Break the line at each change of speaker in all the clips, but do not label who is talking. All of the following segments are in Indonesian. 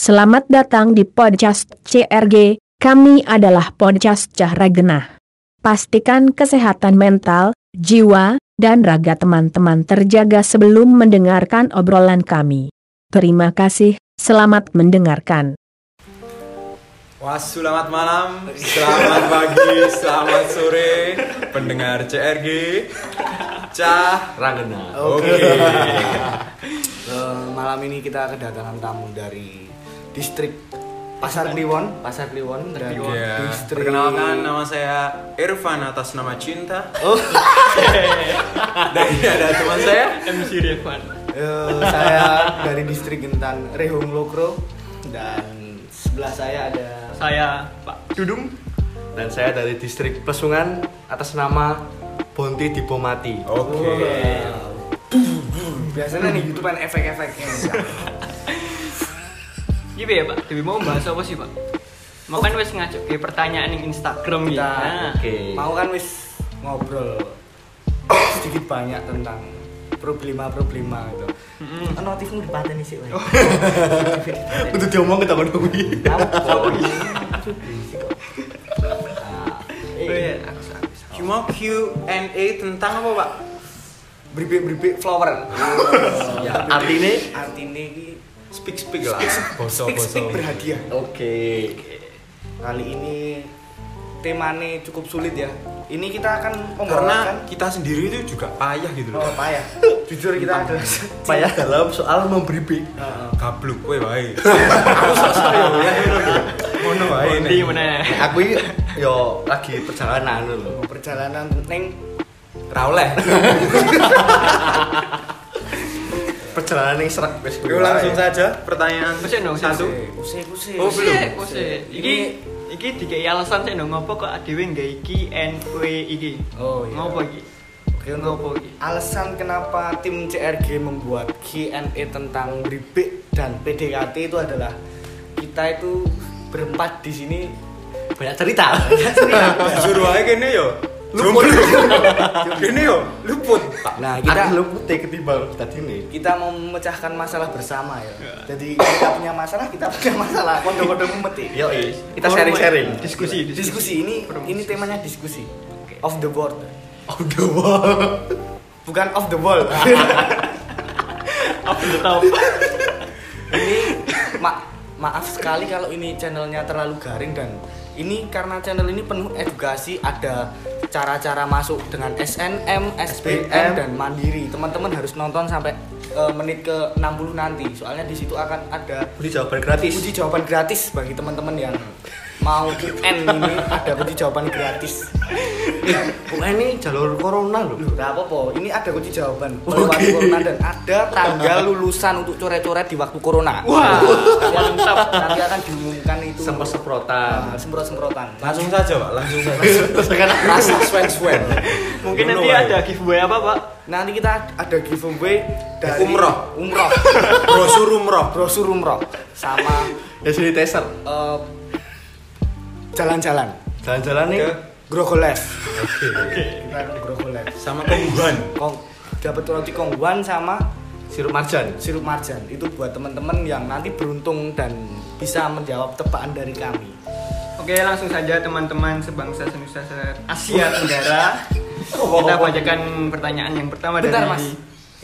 Selamat datang di podcast CRG, kami adalah podcast Cahra Genah. Pastikan kesehatan mental, jiwa, dan raga teman-teman terjaga sebelum mendengarkan obrolan kami. Terima kasih, selamat mendengarkan.
Wah, selamat malam, selamat pagi, selamat sore, pendengar CRG, Cah Rangena. Oke.
Eh, malam ini kita kedatangan tamu dari distrik Pasar Kliwon, Pasar Kliwon dan
Ya,
distrik
perkenalkan nama saya Irfan atas nama cinta
Oh,
dan ini ada teman saya.
MC Rifan
eh, saya dari distrik Gentan Rehung Lokro dan sebelah saya ada
Saya Pak
Dudung dan saya dari distrik Pesungan atas nama Bonti Dipomati.
Oke.
Biasanya nih YouTube kan efek-efeknya.
Gitu ya Pak, Dewi mau bahas apa sih Pak? Mau kan wes ngajak ke pertanyaan yang Instagram ya
Kita
Nah,
mau kan wis ngobrol sedikit banyak tentang problema-problema gitu.
Kan notifmu dipateni sih, weh.
Untuk diomong kita kuwi.
Oh,
Eh,
iya. Cuma Q&A tentang apa pak?
Bribik-bribik flower.
Ya, artinya
Artinya ini
Speak speak lah. Boso
speak speak berhadiah.
oke.
Kali ini temanya cukup sulit ya. Ini kita akan
Karena
membawakan
kita sendiri itu juga payah gitu
kan? oh,
loh.
payah. Jujur kita ada
Payah dalam soal membribik.
Gabluk kowe wae. Aku selesai ya. Ngono wae.
Bondi
nek.
mana?
Eh, Aku ini yo lagi perjalanan lho.
perjalanan neng
Ra oleh.
Perjalanan yang serak ya. wis.
Yuk, langsung saja pertanyaan
Mesti dong,
satu.
kusik kusik.
Oh, belum.
Kusik, kusik. Iki iki dikei alasan sih dong ngopo kok adewe nggak iki NW iki.
Oh, iya.
Ngopo iki?
Oke, untuk alasan kenapa tim CRG membuat Q&A tentang bribik dan PDKT itu adalah kita itu berempat di sini
Banyak cerita.
Jujur wae kene yo. Luput. Kene yo luput.
Nah,
Kita
kita
lu putih ketimbang tadi nih.
kita mau memecahkan masalah bersama ya. Jadi kita punya masalah, kita punya masalah. Kondo-kondo meti.
Yo iya. kita sharing-sharing.
Diskusi,
Iya. Diskusi ini ini temanya diskusi. Off the board.
Oh, the wall.
Bukan off the wall.
Apa udah tahu?
ini ma- maaf sekali kalau ini channelnya terlalu garing dan ini karena channel ini penuh edukasi ada cara-cara masuk dengan SNM, SBM dan Mandiri. Teman-teman harus nonton sampai eh, menit ke 60 nanti. Soalnya di situ akan ada
Budi jawaban gratis.
uji jawaban gratis bagi teman-teman yang mau UN ini ada uji jawaban gratis.
UN ini jalur corona lho.
Loh, nggak apa-apa. Ini ada kunci jawaban. Peluang corona dan ada tanggal lulusan untuk coret-coret di waktu corona.
Wah,
mantap. Nanti akan diumumkan itu. Ah,
Semprot semprotan.
semprot-semprotan.
Langsung saja pak, langsung saja.
Terus kan
Rasa swen swen.
Mungkin nanti ada giveaway apa Pak?
Nanti kita ada giveaway dari
Umroh.
Umroh.
brosur umroh.
Brosur umroh sama
ya sini teser.
eh, jalan-jalan
Jalan-jalan nih.
Ke-
Grogolev.
Oke.
Kita akan Grogolev.
Sama kongguan.
Kong dapat roti kongguan sama
Sirup marjan.
sirup marjan itu buat teman-teman yang nanti beruntung dan bisa menjawab tebakan dari kami.
Oke, langsung saja teman-teman sebangsa senusa Asia Tenggara.
Oh,
Kita bacakan pertanyaan yang pertama
Bentar
dari
mas,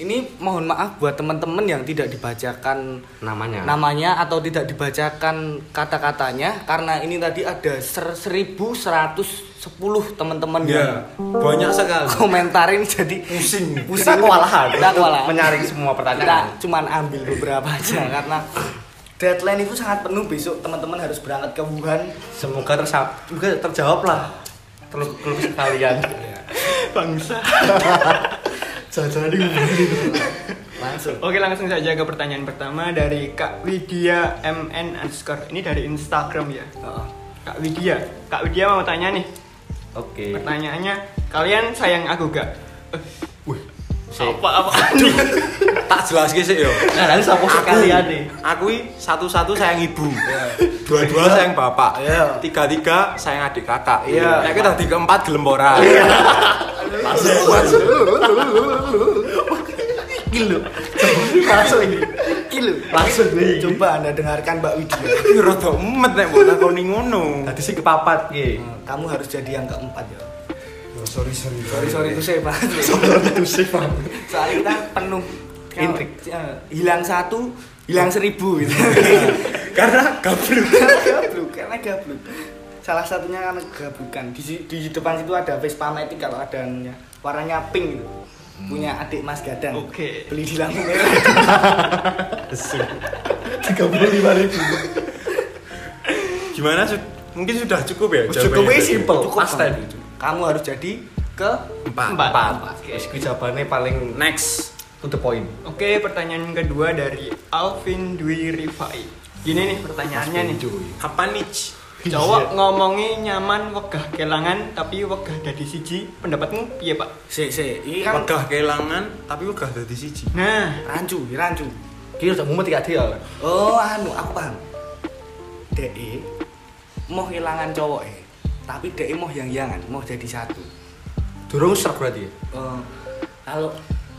ini mohon maaf buat teman-teman yang tidak dibacakan
Namanya.
namanya atau tidak dibacakan kata-katanya karena ini tadi ada ser- 1110 teman-teman yang
Ya, banyak sekali.
komentarin jadi
Pusing.
pusing kewalahan. Kita kewalahan.
menyaring semua
Kita
pertanyaan.
cuman ambil beberapa aja karena deadline itu sangat penuh besok teman-teman harus berangkat ke Wuhan.
Semoga tersa- semoga terjawab lah. Terus terus kalian.
Iya.
bangsa.
Jangan-jangan di
Langsung.
Oke langsung saja ke pertanyaan pertama dari Kak Widya MN underscore Ini dari Instagram ya
Heeh.
Kak Widya Kak Widya mau tanya nih
Oke.
Pertanyaannya Kalian sayang aku gak?
Sik.
Apa-apa nih?
Tak jelas sih yo.
Nah,
Iya.
Kalian sapa sekalian nih?
Aku i satu-satu sayang ibu, dua-dua sayang bapak,
Iya.
tiga-tiga sayang adik kakak.
Iya.
Nek kita tiga empat gelembora.
Masuk. Masuk. Gila. Masuk ini.
iki lho.
Langsung nih.
Coba Anda dengarkan Mbak Widya.
Ini rada emet nek mbok takoni ngono.
Tadi sih kepapat ki.
Kamu harus jadi yang keempat ya.
Oh, Sorry sorry
Sorry sorry itu saya Pak. Soalnya kita penuh
Intrik.
Eh, Hilang satu, hilang seribu gitu.
Karena gablok.
gabluk, karena gabluk. Salah satunya karena gablukan. Di, si- di depan situ ada Vespa Matic kalau ada anunya. warnanya pink gitu.
Hmm.
Punya adik Mas Gadang.
Oke.
Beli di lampu merah.
Tiga puluh lima ribu.
Gimana Sud- mungkin sudah cukup ya
Cukup
jawabannya tadi?
simple.
Cukup,
Pas
Bang.
tadi.
Kamu harus jadi ke
Empat.
Empat.
Terus gue jawabannya paling
Next.
to the point.
Oke, pertanyaan kedua dari Alvin Dwi Rifai. Gini nih pertanyaannya nih.
Apa niche?
Cowok ngomongi nyaman wegah kelangan tapi wegah dari siji. Pendapatmu piye, Pak?
si si ini kan
Wegah kehilangan tapi wegah dadi siji.
Nah,
rancu, ini rancu.
Dia udah mumet gak dia.
Oh, anu, aku paham. DE mau hilangan cowok eh, tapi DE mau yang-yangan, mau jadi satu.
Durung ser berarti.
Eh, kalau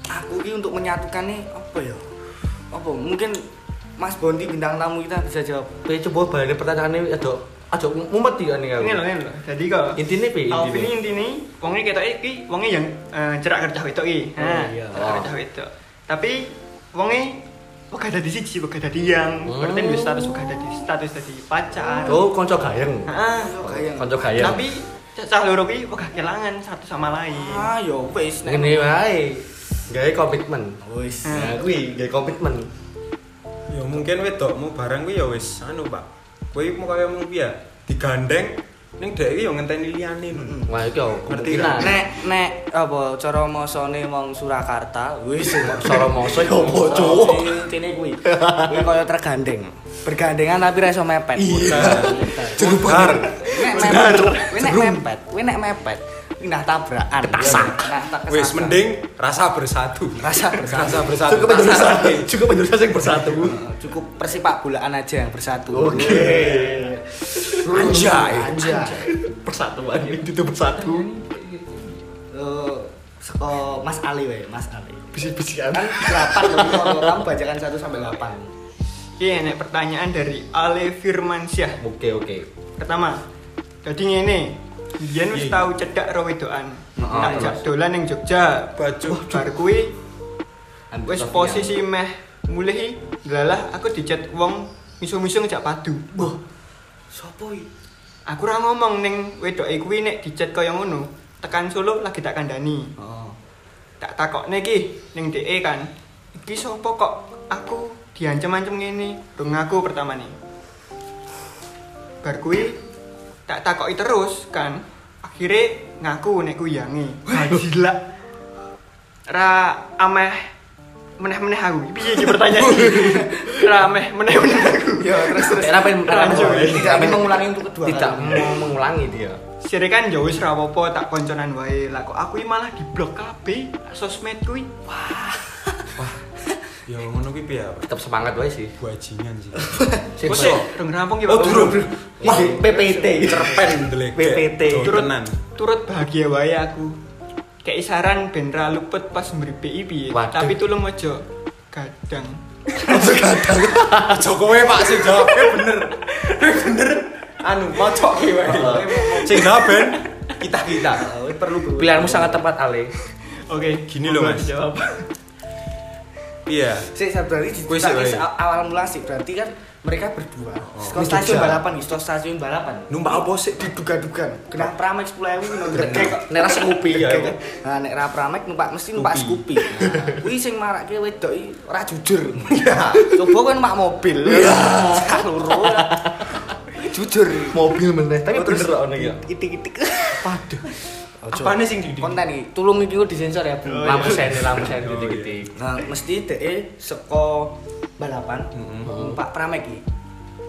aku ini untuk menyatukan nih apa ya? Apa mungkin Mas Bondi bintang tamu kita bisa jawab.
Pe coba balik pertanyaannya ada ada mumet ya nih
ini loh,
aku.
ini loh. Jadi kok
Intinya pi.
Alvin
Intinya.
ini intine wonge ketok iki wonge yang eh, cerak kerja wedok iki.
Oh,
Nah,
iya.
cerak kerja wedok. Tapi wonge wegah dadi siji, wegah dadi yang. Berarti duwe status wegah dadi status dadi pacar.
Oh, konco gayeng.
Heeh.
Kayak
Konco gayeng.
Tapi cah loro iki wegah kelangan satu sama lain.
ah ya wis nek-
ini wae. Gaya komitmen.
Wis.
Nah, gue gaya komitmen.
Ya mungkin wedokmu barang kuwi ya wis anu, Pak. Kuwi mau kaya mung piye? Digandeng ning dhek iki ya ngenteni liyane.
Mm-mm.
Wah, itu
Ngerti
kemungkinan.
Nek nek apa cara masane wong Surakarta, wis
Soro mongso ya apa cowok?
cowok. Intine kuwi. Kuwi kaya tergandeng. Bergandengan tapi ra iso mepet. Muter.
Jerubar.
Nek mepet, kuwi nek mepet, kuwi nek mepet, pindah tabrakan. Ketasak.
Wis mending rasa bersatu.
rasa
Rasa
bersatu.
bersatu.
Cukup penjurusan, cukup penjurusan yang bersatu.
Cukup persipak bolaan aja yang bersatu.
Anjay.
Anjay.
Persatuan itu tuh bersatu.
Eh, seko Mas Ali we, Mas Ali.
Bisik-bisikan.
Kan 8 kalau kamu bacakan 1 sampai 8.
Oke, nek pertanyaan dari Ale Firmansyah.
Oke, oke.
Pertama, jadi ngene. Biyen wis tau cedak ro wedokan.
Iya, Heeh, iya.
Tak jak dolan ning Jogja.
Baju.
Wah, bar kuwi wis posisi meh mulih lalah aku dicet wong misu-misu ngejak padu.
Wah. Sopo iki?
Aku ora ngomong ning wedoke kuwi nek dicet kaya ngono. Tekan Solo lagi tak kandani.
Oh.
Tak takokne iki ning DE kan. Iki sapa kok aku diancem-ancem ngene? Dong aku pertama nih. Bar kuwi tak takoki terus kan. Akhirnya ngaku nek kuwi yange. Ah, Gila. Ra ameh meneh-meneh aku. Piye iki pertanyaan iki? Ra ameh meneh-meneh aku.
Ya, terus terus.
Tidak pengen-
Lanjut.
tidak
Tidak
pengen-
ingin mengulangi untuk kedua
Tidak
kali.
mau mengulangi dia.
Sire kan ya wis ra apa-apa tak konconan wae. Lah kok aku iki malah diblok kabeh sosmed kuwi.
Ya ngono kuwi piye, Pak?
Tetap semangat wae sih.
Buajingan sih.
Sik,
Wes,
Pak.
rong rampung ya,
Oh,
Pak.
durung.
Wah,
PPT.
Cerpen delek.
PPT.
turut
Tenan.
turut bahagia wae aku kayak saran ben ra luput pas mripi piye
Waduh.
tapi tulung ojo gadang
Jokowi Pak sing jawabnya bener. bener. Anu, mocok ki wae.
Eh,
Sing jawab ben
Kita kita.
Oh, perlu gue.
Pilihanmu sangat tepat, Ale.
oke
Gini loh,
monggo
Mas.
dijawab.
iya.
Sik, sa- berarti di
Kuis,
tapi
woy.
se- awal mula sih berarti kan mereka berdua. Sekolah
Ini
stasiun
Jogja.
balapan, gitu, sekolah stasiun balapan.
Numpak apa sih?
Diduga-duga. Kena Pramex pula yang ngono
Nek nek rasa kopi ya.
Degek. Nah, nek ra Pramex numpak mesti numpak Scoopy. Nah, Kuwi sing marake wedok iki ora jujur. Coba kowe numpak mobil. Cah loro. Jujur.
Mobil meneh, tapi
Terus
bener kok ngene ya.
Itik-itik.
Waduh.
Ojo.
Apane sing di Oh,
Konten iki tulung iki kok disensor ya, Bu.
lampu seni, lampu seni titik-titik.
Nah, mesti DE seko balapan numpak Pramex iki.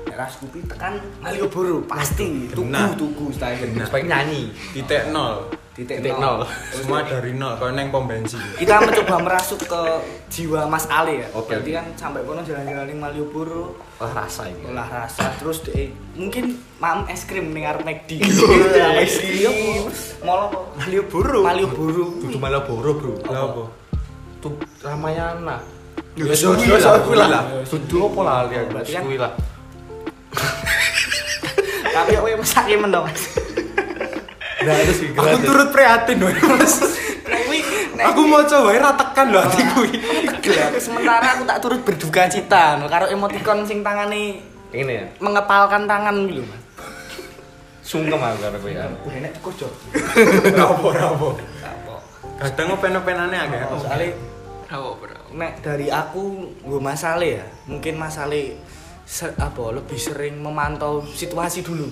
Nek ra Scoopy tekan Malioboro pasti
Benar.
tugu-tugu style. gitu.
Supaya nyanyi.
Titik nol.
Titik
Titik
nol.
nol.
Semua dari nol. Kau neng pom bensin.
kita mencoba merasuk ke jiwa Mas Ale ya.
Oke,
Berarti
oke.
kan sampai kono jalan-jalan ning Malioboro,
Wah, rasa ini.
olah rasa terus deh mungkin mam es krim ning arep McD. Es krim. Mall apa? Malioboro. Malioboro.
Kudu malah boro, Bro.
Lah apa?
Tuh Ramayana.
Ya,
Ya,
suwi
suwi
lah,
suwi lah.
Dudu apa lah lihat
Berarti kan-
Suwi lah.
Tapi kowe mesake men to. Mas.
Nah, itu sih
Aku
gratis.
turut prihatin loh. Mas.
Nah,
Nek kuwi nek
Aku mau coba ya ratekan loh hatiku. ini.
Aku sementara aku tak turut berduka cita no, karo emoticon sing tangane
Ini ya.
mengepalkan tangan gitu mas
Sungkem aku karo kowe. ya.
enak kok
Rapo rapo. Kadang open-openane agak.
soalnya
Bravo, bro.
nek dari aku gue masalah ya mungkin masalah se- apa lebih sering memantau situasi dulu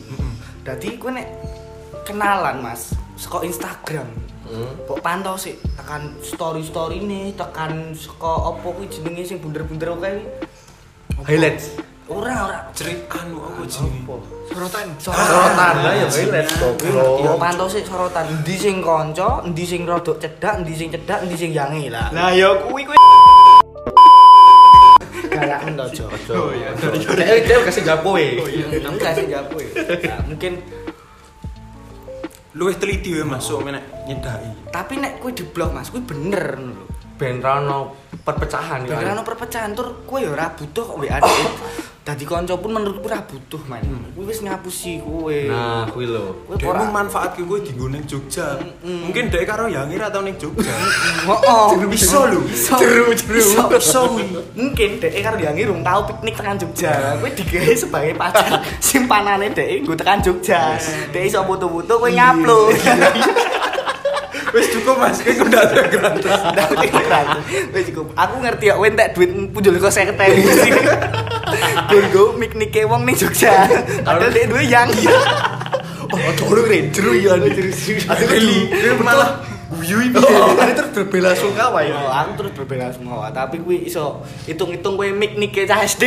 jadi gue nek kenalan mas seko Instagram kok pantau sih tekan story story ini tekan seko opo kuwi jenenge sing bunder-bunder kayak
Highlights.
ora ora
Cerit anu aku jenenge.
Sorotan.
Sorotan
sorotan
lah ya highlights
Yo
goblok.
pantau sih sorotan endi sing kanca, endi sing rodok cedak, endi sing cedak, endi sing yangi lah.
Lah ya kuwi kuwi
Galakan to, Jo.
Oh iya. Kayak dia kasih jawab kowe.
Kamu kasih jawab kowe. Nah, mungkin
Luwih teliti we masuk menek nyedaki.
tapi nek kowe diblok Mas, kowe bener ngono lho.
Ben ra ono perpecahan ya.
Bener ono perpecahan tur kowe ya ora butuh kok WA dhek. Dadi kanca pun menurutku ora butuh, Man. Kowe wis ngapusi kowe.
Nah, kuwi lho.
kowe
Dia
ora
mau manfaat gue dienggo ning Jogja. Mungkin dia karo Yangi atau ning Jogja.
Heeh.
Jeru bisa lho.
Jeru jeru. Iso Mungkin dhek karo yang ngirung tau piknik tekan Jogja. Kowe digawe sebagai pacar simpanane dhek nggo tekan Jogja. Dhek iso foto-foto kowe ngupload.
Wis cukup Mas, kowe udah ada gratis.
Ngerti kan? Wis cukup. Aku ngerti ya kowe entek duit punjul kok 50.000 di sini. Gue miknike wong ning Jogja. Padahal dhek duwe yang.
Oh, dulu ranger ya nih. Ada beli.
malah
Guyu ini. Ada terus berbela sungkawa
Yo,
ya.
Oh, aku terus berbeda semua, tapi kui iso hitung-hitung kui mik nike cah SD.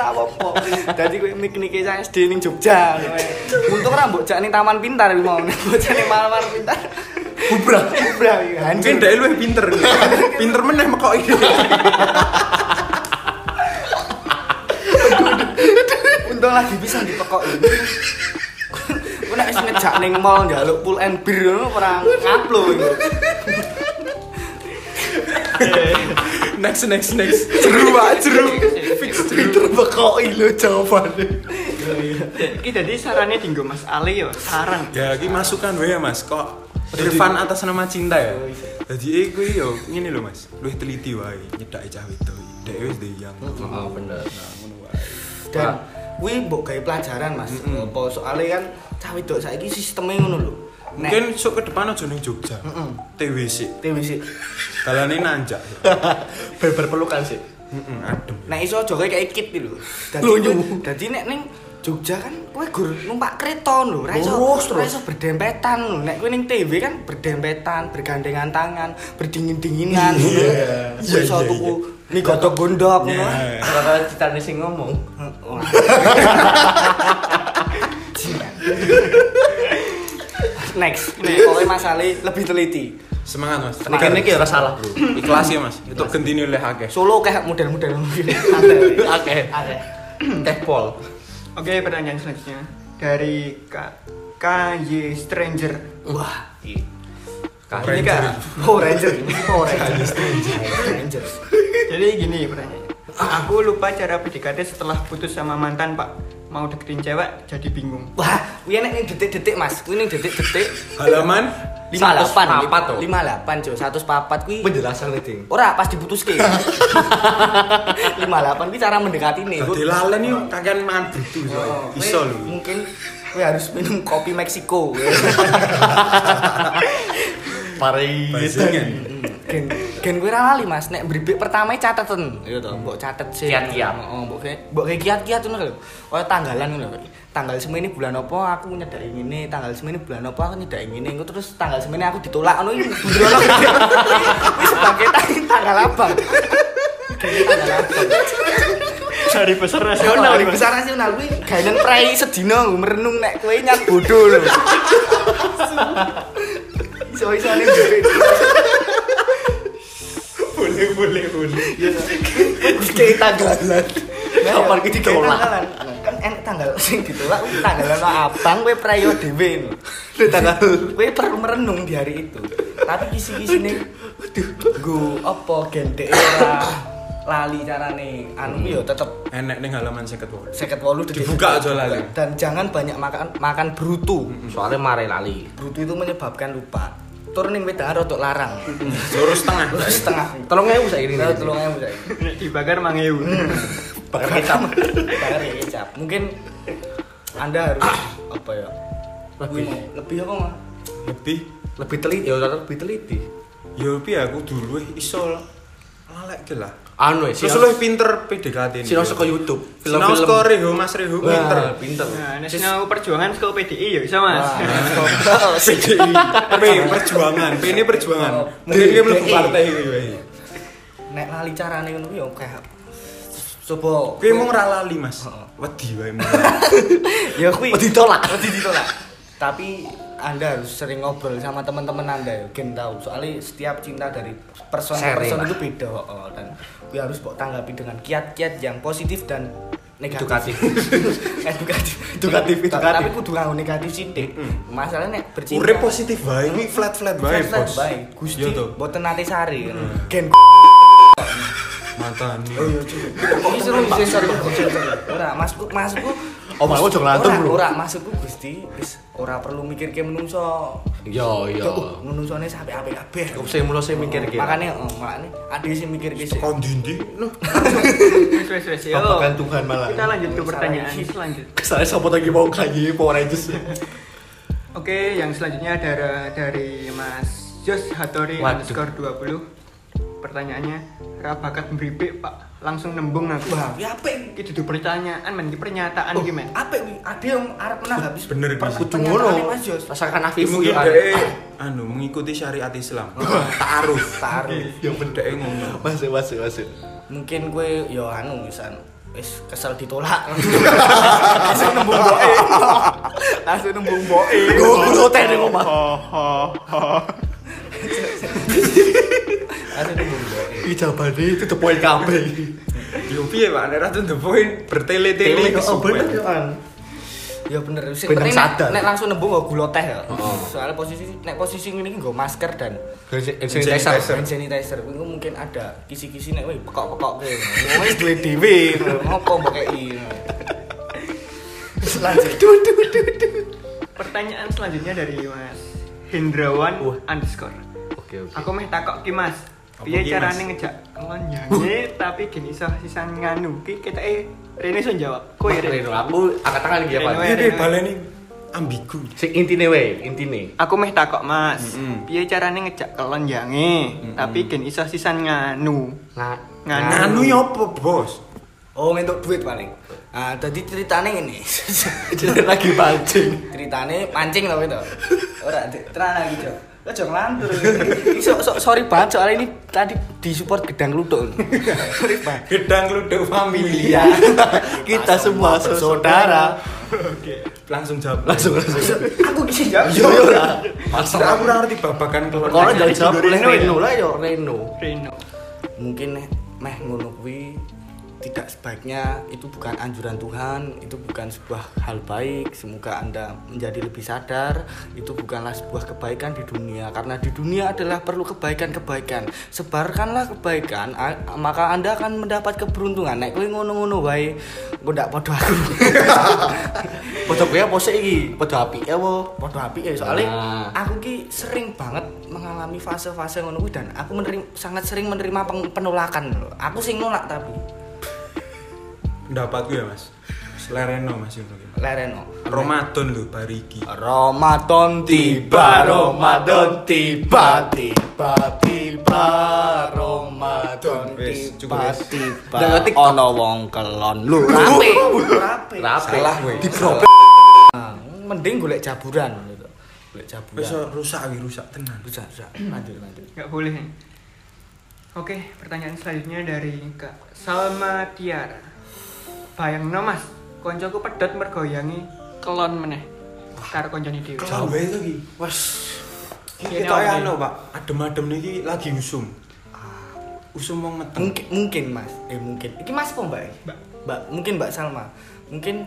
Lah apa-apa. Dadi kui mik nike cah SD ning Jogja. Untung ora mbok jak ning Taman Pintar iki mau. Mbok jak ning Mawar Pintar.
Kubra.
Bra, iki hancur.
Mungkin dia luwih pinter. pinter meneh mekoki.
Untung lagi bisa dipekoki. Ku nek wis ngejak ning mall njaluk pool and beer ngono ora ngaplo iki.
Next next next. Jeru Pak, jeru.
Pinter bekoki lho jawabannya.
iki dadi sarane dinggo Mas Ali ya, saran.
Ya iki masukan wae ya Mas, kok Irfan atas nama cinta ya. Jadi iku yo ngene lho Mas, luwih teliti wae nyedaki cah wedok. Dek wis ndek yang.
Oh, bener.
Dan kui mbok gawe pelajaran, Mas. Apa soalnya kan cah wedok saiki sisteme ngono lho. Nek-
Mungkin sok ke depan aja ning Jogja.
Mm-mm.
TWC.
TWC.
Dalane nanjak.
Ben berpelukan sih.
Heeh, adem.
Nek iso aja kowe kayak kit lho. Dadi
Lunyu.
kowe- dadi nek ning Jogja kan kowe gur numpak kereta lho, ora iso
Lurus Oh, terus.
ora iso berdempetan lho. Nek kowe ning TW kan berdempetan, bergandengan tangan, berdingin-dinginan.
Iya.
Kowe iso
Iya, iya,
tuku mie godhog gondok ngono.
Nah,
Karena citane sing ngomong.
Wah. Jinak. Next, nek kowe masalahe lebih teliti.
Semangat Mas. ya,
Nek kene iki ora salah, Bro.
Ikhlas ya Mas. Itu gendine oleh akeh.
Solo kayak model-model mungkin. Ada.
Oke.
Ada.
Teh pol.
Oke, pertanyaan selanjutnya dari Kak KY Stranger.
Wah,
Ranger.
Ini Kak.
Oh Ranger, oh Ranger, Ranger.
Jadi gini pertanyaannya. Aku lupa cara PDKT setelah putus sama mantan, Pak. Mau deketin cewek jadi bingung.
Wah, kuwi enek ning detik-detik Mas, kuwi ning detik-detik
Halaman
58
104 to.
58 Jo, 104 kuwi
Penjelasan ding.
ora pas diputuske. 58 kuwi cara mendekati nih.
Dadi lalen yo kakean mangan brutu soalnya.
Kuwi
Iso lho.
Mungkin kuwi harus minum kopi Meksiko.
Iya.
Paris.
Bazingan.
gen gen kuwi ora lali Mas, nek mbribik pertama cateten. Iya to, mbok catet sih.
Kiat-kiat.
Heeh, mbok kayak mbok kayak kiat-kiat ngono lho. Kaya tanggalan ngono lho. Tanggal semene bulan apa aku nyedaki ngene, tanggal semene bulan apa aku nyedaki ngene. Engko terus tanggal semene aku ditolak ngono iki bunderono. Wis sebagai tang- tanggal abang. Kayak tanggal abang.
Dari besar
Nasional, hari besar nasional kuwi gaenen prei sedina merenung nek kowe nyat bodho lho. Iso-isone mbibik.
boleh boleh boleh
Iya, Kayak tanggalan.
Kapan ki ditolak?
Tanggalan. Kan enak tanggal sing ditolak kuwi tanggalan Pak abang kowe prayo dhewe. Kowe tanggal kowe perlu merenung di hari itu. Tapi kisi-kisine duh go apa gen dhek ora lali carane anu yo tetep
enek ning halaman 58
seket wolu
Dibuka aja lali.
dan jangan banyak makan makan brutu
Soalnya mare lali.
brutu itu menyebabkan lupa turning wedahan rodok larang
lurus tengah
terus setengah
Tolong ewu saya ini.
Saya tolong ae Mbak.
Nek dibakar mangeu.
Hmm.
bakar kecap.
Bayar ya kecap. Mungkin Anda harus apa ya?
Lebih
Wih, lebih apa, Mas?
lebih
lebih teliti, ya lebih teliti.
ya lebih aku dulu iso lalek ge lah
Anu ya,
terus lu pinter PDKT ini ya.
sinau saka YouTube.
sinau saka Reho Mas Reho pinter
pinter, pinter.
Nah, nek sinau perjuangan ke PDI ya bisa, Mas.
PDI P perjuangan P ini perjuangan mungkin dia mlebu partai iki wae
Nek lali carane ngono kuwi ya kayak coba
kuwi mung ra lali Mas wedi wae mung.
ya kuwi
Oh, ditolak.
Mesti ditolak. Tapi Anda harus sering ngobrol sama teman-teman Anda ya, gen tahu. Soalnya setiap cinta dari person ke
Sharing
person
lah.
itu beda oh, dan gue harus kok tanggapi dengan kiat-kiat yang positif dan negatif.
Edukatif.
edukatif.
Edukatif,
Ta-
edukatif.
Tapi kudu nganggo negatif sithik. Masalahnya nek bercinta.
urip positif wae kuwi flat-flat wae
Flat-flat
bos
bae. Gusti
Iya to
boten nate sari. Gen
matane
Ini seru sensor Ora, masku masku.
Oh, Mas, kok jangan lantung,
Ora,
Bro.
Ora, masku Gusti wis ora perlu mikir ke menungso.
Yo yo.
Duh, menungsone sampe apik kabeh.
Iya, Kok saya mulai saya mikir kira.
Makane eh, makane ade sing mikir ke sik.
kon dindi lho
Wis wis wis. yo.
Babakan Tuhan malah.
Kita lanjut ke pertanyaan selanjutnya.
Kesannya siapa lagi mau kaji Power Rangers.
Oke, yang selanjutnya dari dari Mas Jos Hatori
Waduh.
underscore 20. Pertanyaannya, ra bakat mbribik, Pak. Langsung nembung aku.
Wah, ya apik.
Iki dudu pertanyaan, men, iki pernyataan iki, men.
Apik kuwi. Ade yang arep menanggapi.
bener iki Mas.
Kudu ngono. ya.
Mas Yos.
Rasakan nafimu
Ya, mungkin
yo.
dhek anu mengikuti syariat Islam Oh. ta'aruf
Taruh.
Yang bener.
dhek ngono
Masuk masuk masuk.
Mungkin kowe ya anu wisan wis kesel ditolak. Langsung nembung boke. Langsung nembung boke.
Gue teh di rumah.
Langsung nembung boke.
Ih jawabannya itu the point kabeh.
yo piye ya, Pak nek ra to the point bertele-tele kesuwen
kan.
Ya bener sih.
Ben yang sadar. Oh.
Nek langsung nembung nggo gula teh ya. Soalnya posisi nek posisi ngene iki nggo masker dan
Sanitizer.
hand sanitizer. Iku mungkin ada kisi-kisi nek weh pekok-pekok ke. Wis duwe dhewe. Ngopo mbok kei. Lanjut.
Pertanyaan selanjutnya dari Mas Hendrawan
Wah.
underscore.
Oke oke.
Aku meh takok ki, Mas.
Apa
Piye
ki,
carane
Mas?
ngejak kon nyanyi tapi gini iso sisan nganu ki ketoke Rene iso jawab. Kowe Rene.
Reno aku angkat tangan lagi ya Pak.
Reno, ya.
iki baleni ambigu
Sing intine wae, intine.
Aku meh takok, Mas.
Mm-mm.
Piye carane ngejak kelon jange tapi gini iso sisan nganu.
Nah,
Nganu.
nganu yo apa bos
Oh, ngentuk duit paling. Ah, dadi ceritane ngene.
lagi pancing.
ceritane mancing tau gitu. Ora, Dek. terang lagi, Cok. Lo jangan lantur. Ini so- so- sorry banget Kan soalnya ini tadi disupport gedang luduk. sorry banget.
gedang luduk familia
Iya. Kita semua saudara.
langsung jawab
Langsung langsung.
Aku kisi jawab.
Yo yo lah. Masa
Aku ora ngerti babakan kelon.
Kalau jangan jawab
Reno
boleh
ya?
Reno lah yo Reno.
Reno.
Mungkin meh ngono kuwi tidak sebaiknya itu bukan anjuran Tuhan, itu bukan sebuah hal baik. Semoga Anda menjadi lebih sadar, itu bukanlah sebuah kebaikan di dunia karena di dunia adalah perlu kebaikan-kebaikan. Sebarkanlah kebaikan, a- maka Anda akan mendapat keberuntungan. Nek kowe ngono-ngono wae, engko ndak padha aku.
Foto gue pose iki, foto api ya wo.
Padha apike soalnya
Nah.
aku ki sering banget mengalami fase-fase ngono kuwi dan aku menerima, sangat sering menerima peng- penolakan lho. Aku sing nolak tapi
Pendapatku ya, Mas. Selereno Mas itu.
lereno.
Ramadan lho bariki.
Ramadan
Tiba Ramadan tiba tiba tiba Ramadan.
Wis, cukup,
tiba
wis.
tiba
Jangan ngetik.
ono wong kelon lu rapi rapi
Rapi.
Salah gue.
Diprobek.
Nah, mending golek jaburan gitu. golek
Wis
jaburan
rusak iki, rusak tenan.
rusak rusak lanjut lanjut
Enggak boleh. Oke, pertanyaan selanjutnya dari Kak Salma Tiara. Bayangno, Mas, koncoku pedot mergoyangi kelon meneh. Karo koncone dhewe.
Kelon wae itu iki.
Wes.
Ini
Kita
apa
ya
ini?
anu, Pak. Adem-adem niki lagi usum. Usum wong meteng.
mungkin mungkin mas eh mungkin iki mas apa mbak mbak mungkin mbak Salma mungkin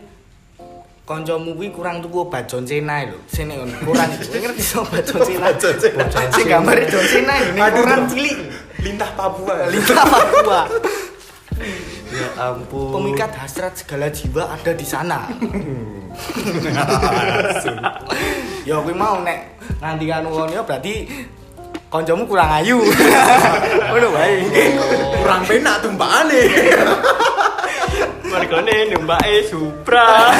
Koncomu kuwi kurang tuku obat John Cena e lho. Sene ngono. Kurang iku. Kowe ngerti sing obat John Cena.
John Cena.
Sing gambare John Cena ini
Aduh,
kurang
Bro.
cilik.
Lintah Papua.
Lintah Papua.
Ya ampun.
Pemikat hasrat segala jiwa ada di sana. ya kuwi mau nek nganti kanu ngono ya berarti koncomu kurang ayu. Ngono wae.
Kurang penak tumpakane.
Margone nembake Supra.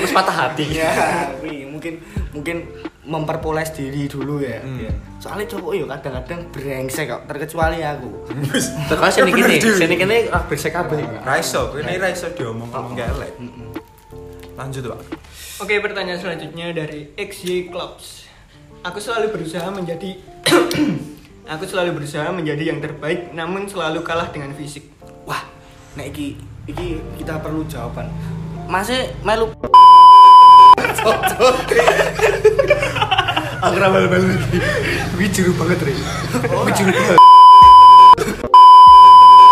terus patah hati.
ya kuwi mungkin mungkin memperpoles diri dulu ya Ya. soalnya cowok yo kadang-kadang brengsek kok terkecuali aku
Terus sini kene, sini kene rak bersek kabeh.
Raiso, ini Raiso diomong-omong gak elek. Lanjut, Pak.
Oke, pertanyaan selanjutnya dari XY Clubs. Aku selalu berusaha menjadi Aku selalu berusaha menjadi yang terbaik namun selalu kalah dengan fisik.
wah nek iki iki kita perlu jawaban masih melu
Agra bal-bal. Wijiru banget, Re. Wijiru banget.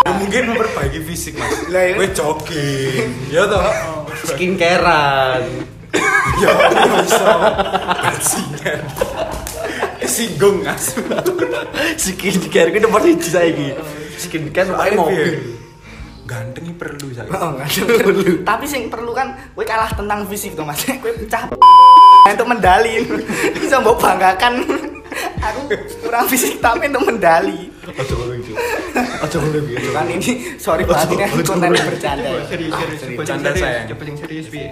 Ya, mungkin memperbaiki fisik, Mas.
Lah, ya.
Kowe jogging. Ya toh.
Skincarean.
Ya iso. Bajingan. Singgung, Mas.
Skincare kuwi nomor 1 saiki. Skincare paling
Soalnya
mobil.
piye? iya. Ganteng ini perlu saya.
Oh, nggak perlu. tapi sing perlu kan kowe kalah tentang fisik to mas kowe pecah untuk mendali bisa mbok banggakan aku kurang fisik tapi untuk mendali
Ojo ngono iki. Ojo ngono iki.
kan ini sorry banget ini aku konten bercanda
Coba
ya.
serius,
Ah,
serius. Coba yang
Canda
serius,
sayang.
coba yang serius piye?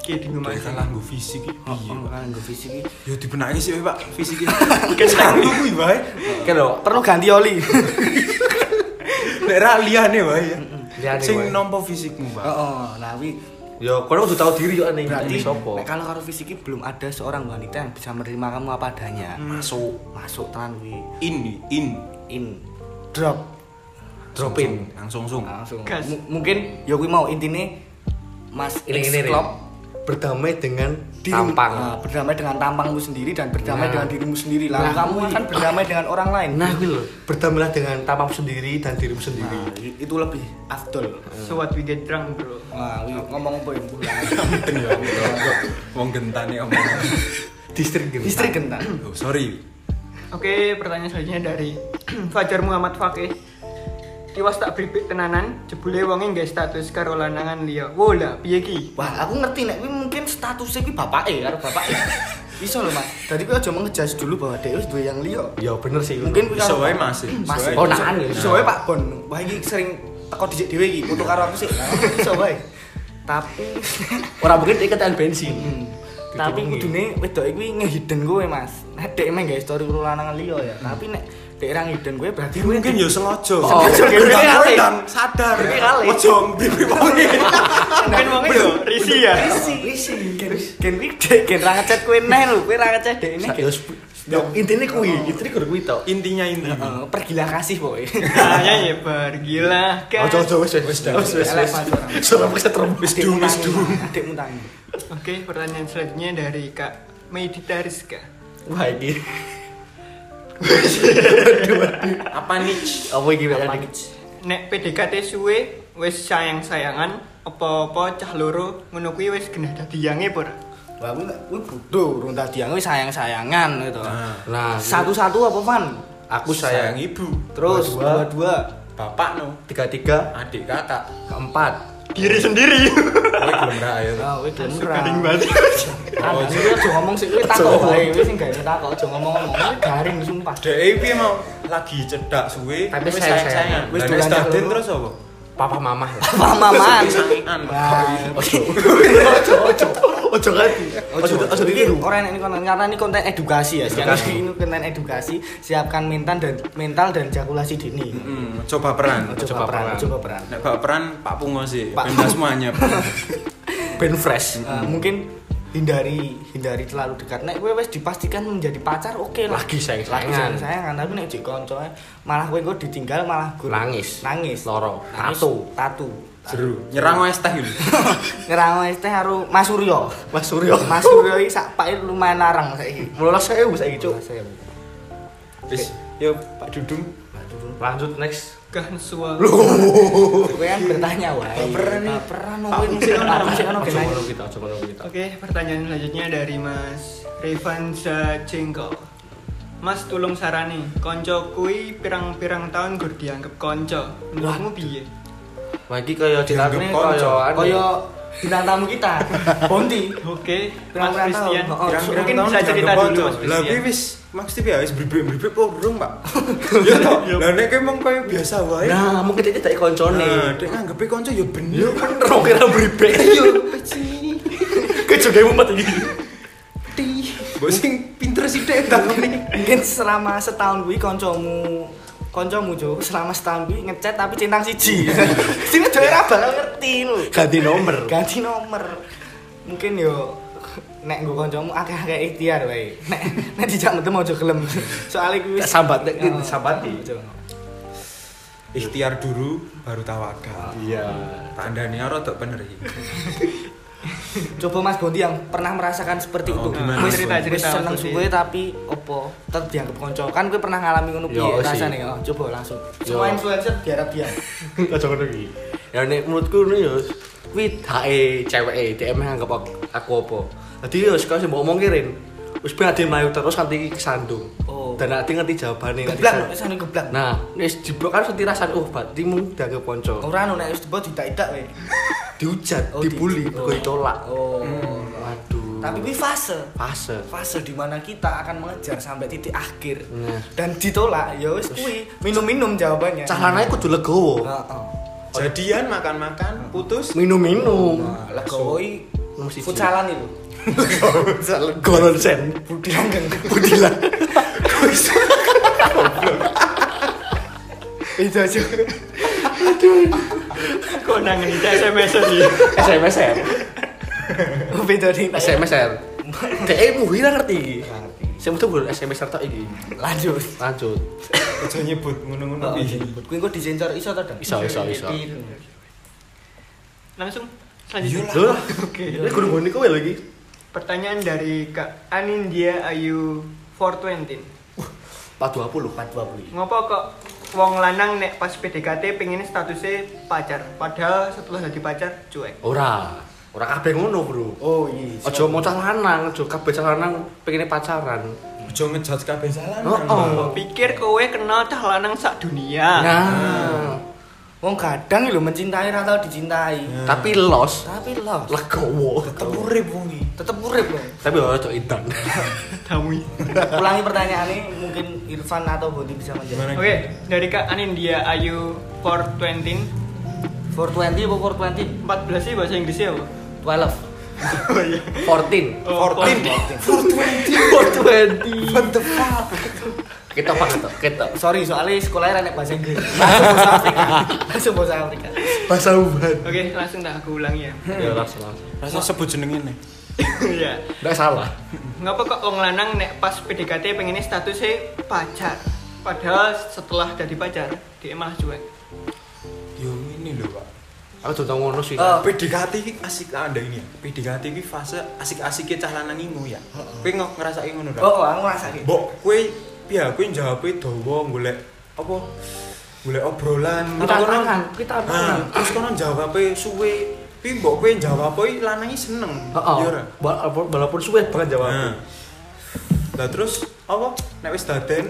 Ki bingung
Kayak
aja.
kalah nggo fisik iki
Oh,
piye, Pak?
Nganggo kan fisik ini.
Ya dibenaki sih, Pak, fisik iki. Kesang kuwi, eh. wae.
Kalau
perlu ganti oli
Nek ra liyane wae ya.
Liyane
Sing
wae.
nampa fisikmu, Pak.
Oh, nah wi-
ya kono kudu tahu diri yo aneh
berarti
iki sapa.
nek kalau karo fisiknya belum ada seorang wanita yang bisa menerima kamu apa adanya. Masuk, masuk tenan wi
In in
in drop
Drop in.
langsung sung.
Ah, langsung.
Gas.
M- mungkin ya wi mau intine Mas X
Ini-ini.
Club
Berdamai dengan
dirimu-
tampang.
Ah, berdamai dengan tampangmu sendiri dan berdamai
Nah.
dengan dirimu sendiri. Lalu
Nah,
kamu
kuwi.
akan berdamai dengan orang lain.
Nah, kuwi lho, berdamailah dengan tampangmu sendiri dan dirimu sendiri.
Nah, i- itu lebih afdol.
So what we get drunk, bro.
Wah, wi ngomong apa ibu?
Ah.
Ganteng ya. Wong gentane omong.
Distrik gitu.
Istri gentar.
Oh, sorry.
Oke, pertanyaan selanjutnya dari Fajar Muhammad Fakih. Tiwas tak bribik tenanan, jebule wonge nggak status karo lanangan liya. Wo lah, piye ki?
Wah, aku ngerti nek kuwi mungkin statusnya kuwi bapake karo bapake. Bisa lho, Mas. Jadi kuwi aja mengejas dulu bahwa dia wis duwe yang liya.
Ya bener sih.
Mungkin kuwi
Bisa
karo-
wae, Mas. Bisa
Masih
wae.
Konangan ya.
Bisa wae Pak Bon. Wah, iki sering teko dhisik dhewe iki, foto karo aku sih. Bisa wae. Tapi
Orang mungkin iketan bensin.
tapi Hmm. Gitu, kudune wedok iki ngehidden kowe, Mas. Nek dhek emang gawe story karo lanang liya ya. Tapi nek dhek ra ngehidden kowe berarti
Ya, mungkin ya sengaja.
Iya, Oh, Iya,
Sengaja
mungkin
gendang,
kali.
gendang, sadar.
Mungkin kali.
Ojo mbibi
Iya,
wonge.
Kan wonge yo risi ya.
Risi, risi. Gen gen iki dhek gen ra ngechat kowe neh lho, kowe ra ngechat dhek ini.
Ya, ya, intinya kuwi, intinya kudu kuwi tau.
Intinya intinya.
Heeh, Eh, pergilah kasih pokoknya.
Hanya nyebar ya, gila kan.
Ojo ojo wes wes wes wes wes. Suara paksa terumbis
Dek
dulu.
mutangi, Dek mutangi.
Oke, pertanyaan selanjutnya dari Kak Medita Rizka.
Wah ini
Apa nih?
apa ini Pak?
Nek PDKT suwe wis sayang-sayangan apa-apa cah loro ngono kuwi wis genah dadi yange pur.
Wah, aku nggak- aku butuh urung tadi aku sayang-sayangan gitu.
Nah,
Satu-satu apa, Van?
Aku
aku
sayang
sayang
ibu.
Terus
Dua-dua.
dua-dua.
Bapak no.
tiga tiga
Adik kakak.
keempat.
Diri sendiri.
Kowe gelem ra ya.
Ah, kowe gelem ra.
Garing banget.
Oh,
Ah, kowe aja ngomong sih, kowe takok wae, kowe sing gawe takok aja ngomong-ngomong. Kowe garing sumpah.
Dek piye mau lagi cedak suwe.
Tapi
wis
sayang-sayangan.
sayang-sayangan.
Wis
Lah,
dolan
nek statin
terus.
terus apa?
Papa mama ya.
Apa maman? Nah,
Sayang-sayangan.
Ojo ojo ojo ojo ganti. Ojo ojo ditiru.
Orang ini konten karena ini konten edukasi ya. Sekarang
oh, Edukasi.
ini konten edukasi, siapkan mental dan mental dan jakulasi dini.
Hmm, coba peran.
Ojo
Coba
baperan.
peran, coba peran.
Nek bapak peran Pak Pungo sih.
Pak
Pemda semuanya.
Ben fresh.
Eh, mungkin hindari hindari terlalu dekat nek kowe wis dipastikan menjadi pacar oke lah
Lagi sayang-sayangan.
lagi sayang sayangan tapi nek jek koncoe malah kowe engko ditinggal malah gur-
Nangis.
nangis
Loro.
Nangis.
Tatu.
tatu
Seru. Nyerang wes teh dulu.
ngerang wis teh karo Mas Suryo
Mas Suryo.
Mas Suryo iki sak pake lumayan larang saiki
Mulas saya bisa
cuk
gitu.
saya
Wis, yo Pak Dudung.
Lanjut next.
Gansual.
Kowe kan bertanya wae. Baperan iki. Baperan kowe mesti ono mesti ono
Ojo
genane.
ngono kita, ojo ngono kita.
Oke, pertanyaan selanjutnya dari Mas Revansa Jengko. Mas tulung sarani, konco kui pirang-pirang tahun gur dianggep konco. Menurutmu piye?
Wah iki kaya
Dianggep
ditangani
konco.
kaya anu.
Kaya bintang tamu kita. Bonti.
Oke, Mas
Pirang-pirang
Christian.
tahun. Oh,
Mungkin
tahun
bisa
dianggap
cerita
bocor.
dulu Mas
Lah kuwi
Christian.
wis maksud ya wis bribrik-bribrik kok urung, Pak. Ya toh. Lah nek kuwi mong koyo biasa wae.
Ah,
Nah, mungkin dia tidak
Nah,
koncone.
dek nganggepe kanca ya bener. Iya,
Bener kira bribek yo. Kejoge mumet iki.
Mbok sing pinter sithik ta ngene.
Mungkin selama setahun kuwi kancamu kancamu Jo selama setahun kuwi ngechat tapi centang siji. Sini Jo ora bakal ngerti lho.
Ganti nomor.
Ganti nomor. Mungkin yo nek nggo kancamu akeh-akeh ikhtiar wae. Nek nek dijak metu ojo gelem. Soale kuwi
Tak sambat, nek kuwi disambati.
Oh, Jo.
Ikhtiar dulu baru tawakal.
Iya.
Tandane ora tok bener iki.
Coba Mas Bonti yang pernah merasakan seperti
Oh,
itu.
gimana, Mas
Wis cerita
Bonti?
cerita
Mas
seneng
Bonti.
suwe tapi opo tetep dianggap konco. Kan kowe pernah ngalami ngono
Yo,
piye
sih.
rasane? Oh, coba langsung.
Yo.
Semua influencer diharap dia.
Ojo ngono iki. Ya nek menurutku ngono yo kuwi hake ceweke DM nganggep aku- aku apa. Dadi yo sekolah sing mbok omong kirin. Wis ben ade mlayu terus kanthi kesandung.
Oh.
Dan ade ngerti jawabane. ngerti
Geblak,
jawab-
sana geblak.
Nah, wis diblok kan senti rasan oh berarti mung dianggap konco.
Ora ono nek wis dibot didak-dak wae.
Oh, dihujat,
Oh,
dibully,
di-
pokoknya
oh.
ditolak.
Oh.
Hmm. Waduh.
Tapi kuwi fase.
fase.
Fase di mana kita akan mengejar sampai titik akhir
Nah.
dan ditolak ya wis kuwi minum-minum jawabannya.
Caranya kudu legowo.
Heeh.
Oh.
Jadian makan-makan putus.
Minum-minum.
Legowo iki
Nomor siji.
futsalan itu.
Golon sen.
Budi langgeng.
Budilan.
Itu aja.
Kok nangis di SMS aja?
SMS ya.
Beda nih.
SMS ya. Oh, Dek muhi lah ngerti. Saya butuh gue SMS tok iki.
Lanjut.
Lanjut.
Aja nyebut
Oh,
ngono-ngono
Heeh.
iya.
piye.
Kuwi engko disensor iso ta, Dang?
Iso iso iso.
Langsung selanjutnya.
Loh.
Oke.
Ini guru guru kowe lagi.
Pertanyaan dari Kak Anindya Ayu 420.
420, 420.
Ngopo kok wong lanang nek pas PDKT pengen statusnya pacar, padahal setelah jadi pacar cuek.
Ora. Ora kabeh ngono, Bro.
Oh iya.
Aja mau cah lanang, aja kabeh cah lanang pengennya pacaran.
Aja ngejudge kabeh salah.
Oh, oh.
Mbok pikir kowe kenal cah lanang sak dunia.
Nah,
Wong kadang lho mencintai ra tau dicintai.
tapi los
Tapi lo
legowo.
tetep urip wong iki. Tetep urip lho.
Tapi ora cocok idan.
Damui.
Ulangi pertanyaannya mungkin Irfan atau Budi bisa
Gimana?
menjawab.
Oke, dari Kak Anindya Ayu
420
420.
apa 420?
14 sih bahasa Inggrisnya apa?
12.
14.
Oh,
420. What the fuck? Kita pak kita kita.
Sorry, soalnya sekolahnya renek bahasa Inggris. Langsung bahasa Afrika. Langsung bahasa Afrika.
Bahasa uban.
Oke, langsung dah aku ulangi ya.
Ya langsung langsung.
Rasa sebut jenenge nih.
Iya.
Enggak salah.
Ngapa kok wong lanang nek pas PDKT pengennya statusnya pacar, padahal setelah jadi pacar dia malah cuek.
Yo ini lho, Pak.
Aku tuh tahu ngono sih.
Eh.
PDKT ini asik ah, anda ini ya. PDKT ini fase asik-asiknya cah lanang ini ya.
Oh,
Kue ngok ngerasain ngono dah.
Oh, oh, aku ngerasa gitu.
Mbok kue piye kue jawab kue dawa golek apa? Golek obrolan.
Kita
Terus kono-
tantangan, kita
Nah,
tantangan.
terus kono jawab suwe. Pi mbok kue jawab kue lanangi seneng.
Heeh.
Iya ora?
Walaupun walaupun suwe banget
Nah.
jawab.
Lah terus apa? Nek wis daden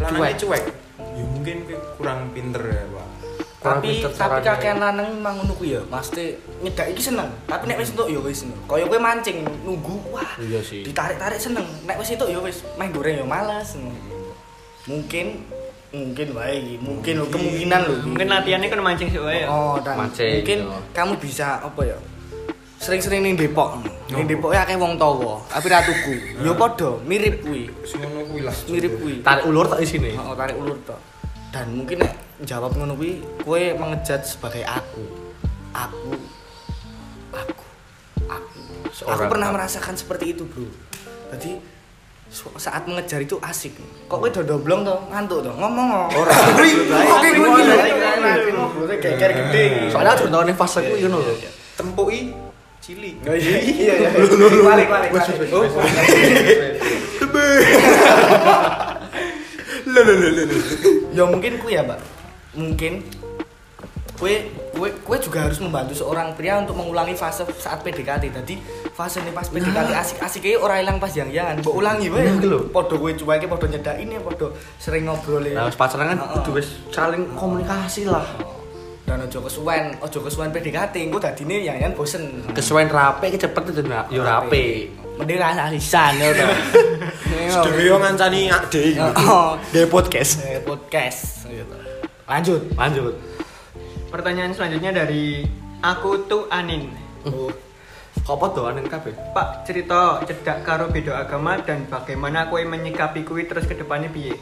lanangi cuek. Ya mungkin kue kurang pinter ya, Pak.
Kurang
Tapi
pinter
tapi
caranya.
kakean lanang memang ngono kuwi ya. Mesti nyedak iki seneng. Tapi nek wis entuk ya wis ngono. Kaya kowe mancing nunggu wah.
Iya sih.
Ditarik-tarik seneng. Nek wis entuk ya wis main goreng ya males. Mungkin mungkin wae iki. Mungkin lho kemungkinan lho.
Mungkin latihannya kan mancing sih wae ya.
Oh, dan
Mancing,
mungkin
yo.
kamu bisa apa ya? Sering-sering ning Depok. Ning Depok ya akeh wong tawa, tapi ra tuku. Ya padha, mirip kuwi.
Terus ngono kuwi lah.
Mirip kuwi.
Tarik ulur tak isine.
Heeh, tarik ulur to. Dan mungkin nek jawab ngono kuwi, kowe mengejat sebagai aku. Aku. Aku. Aku. aku
Seorang
pernah
aku.
merasakan seperti itu, Bro. Jadi su- saat mengejar itu asik. Kok kowe dodoblong to, ngantuk to, ngomong ora.
Oke, gue gini.
ngobrolnya geger gede.
Soalnya aku tahu nih fase ku ngono lho.
Tempui cilik.
Iya iya iya. Balik balik. balik. Oh,
Lho lho lho lho.
Ya mungkin ku ya, Mbak. mungkin kue kue kue juga harus membantu seorang pria untuk mengulangi fase saat PDKT tadi fase nih pas PDKT asik asik kayak orang hilang pas yang jangan mbok ulangi wae
Nah, gitu loh.
podo kue cuek podo nyedain ya podo sering ngobrol
Nah, wis pacaran kan
Heeh.
kudu wis saling komunikasi lah.
dan ojo kesuwen ojo kesuwen PDKT engko dadine yang yang bosen
Kesuwen rapi kecepet itu nah, yo rapi.
mending rasa lisan ya udah
Dewi yo ngancani ade.
Oh,
Dewe podcast.
eh, podcast gitu. lanjut
Lanjut.
Pertanyaan selanjutnya dari aku tuh Anin.
Kok podo aneh kabeh?
Pak, cerita cedak karo beda agama dan bagaimana kowe menyikapi kuwi terus ke depannya piye?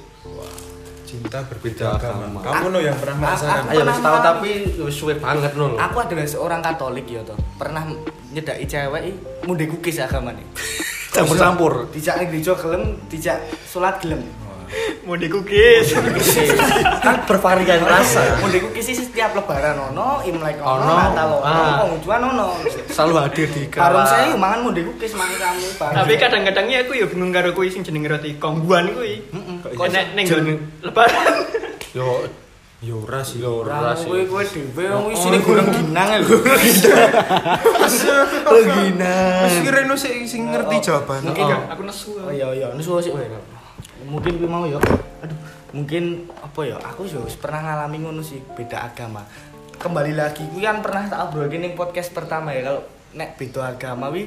Cinta berbeda agama.
agama.
Kamu no yang
Ah,
Ah, pernah merasakan.
Ayo wis tahu
Pernah-
tapi wis suwe banget ngono.
aku adalah seorang Katolik ya toh pernah nyedaki cewek i, mundhe kukis agama nih
Campur-campur.
dijak ning gereja gelem dijak sholat gelem
Mau dikukis.
Kan bervarian rasa.
mundhe kukis i setiap lebaran ono imlek ono
Ono.
natal ono
Ah.
pengunjuan ono
Selalu hadir di
Karung
kala-
saya yo mangan mundhe kukis mangan kamu bareng.
Tapi kadang-kadangnya aku ya bingung karo kuwi sing jenenge roti kongguan kuwi. Kok
iso?
nek ning
Jeneng-
lebaran.
yo
Yo ora sih.
ora
Lah
sih.
kowe kowe dhewe wong isine goreng ginang ya, lho.
Wis Reno sing sing ngerti jawaban.
Mungkin
Enggak,
gak-
aku nesu.
Oh iya iya, nesu sih kowe. Mungkin kowe mau ya. Aduh, mungkin apa ya? Aku juga wis pernah ngalami ngono sih beda agama. Kembali lagi kuwi kan pernah tak obrolin ning podcast pertama ya kalau nek beda agama wi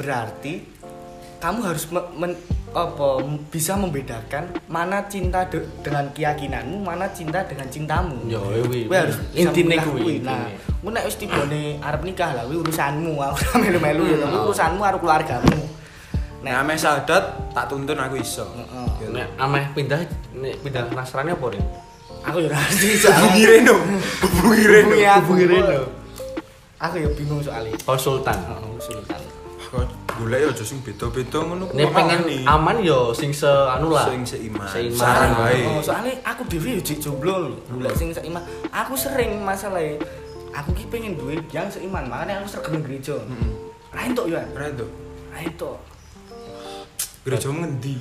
berarti kamu harus me- men- apa bisa membedakan mana cinta de- dengan keyakinanmu, mana cinta dengan cintamu.
Yo, kuwi.
Kowe harus bisa
Intine
memilah
kuwi,
kuwi.
intine.
Nah, Mu nek wis tibane arep nikah lah kuwi urusanmu, aku ora melu-melu ya.
Hmm.
Kuwi urusanmu karo keluargamu. Nek
Nah, ameh sadat tak tuntun aku iso. Gitu.
Heeh.
Yo,
Nek ameh pindah nek pindah Nasrani apa Rin?
aku ya ngerti soalnya
Hubungi Reno. Hubungi Reno.
Hubungi aku.
Hubungi Reno.
aku ya bingung soalnya
Konsultan.
oh, sultan
Kok golek yo aja sing beda-beda ngono.
Nek pengen aman yo sing se anu lah.
Sing seiman.
Seiman.
Saran wae.
oh, soalnya aku dewi ya jek jomblo lho. Golek sing seiman aku sering masalahnya aku ki pengen duit yang seiman makanya aku sering gereja lain tok ya
Ora itu.
lain tok
Gereja ngendi?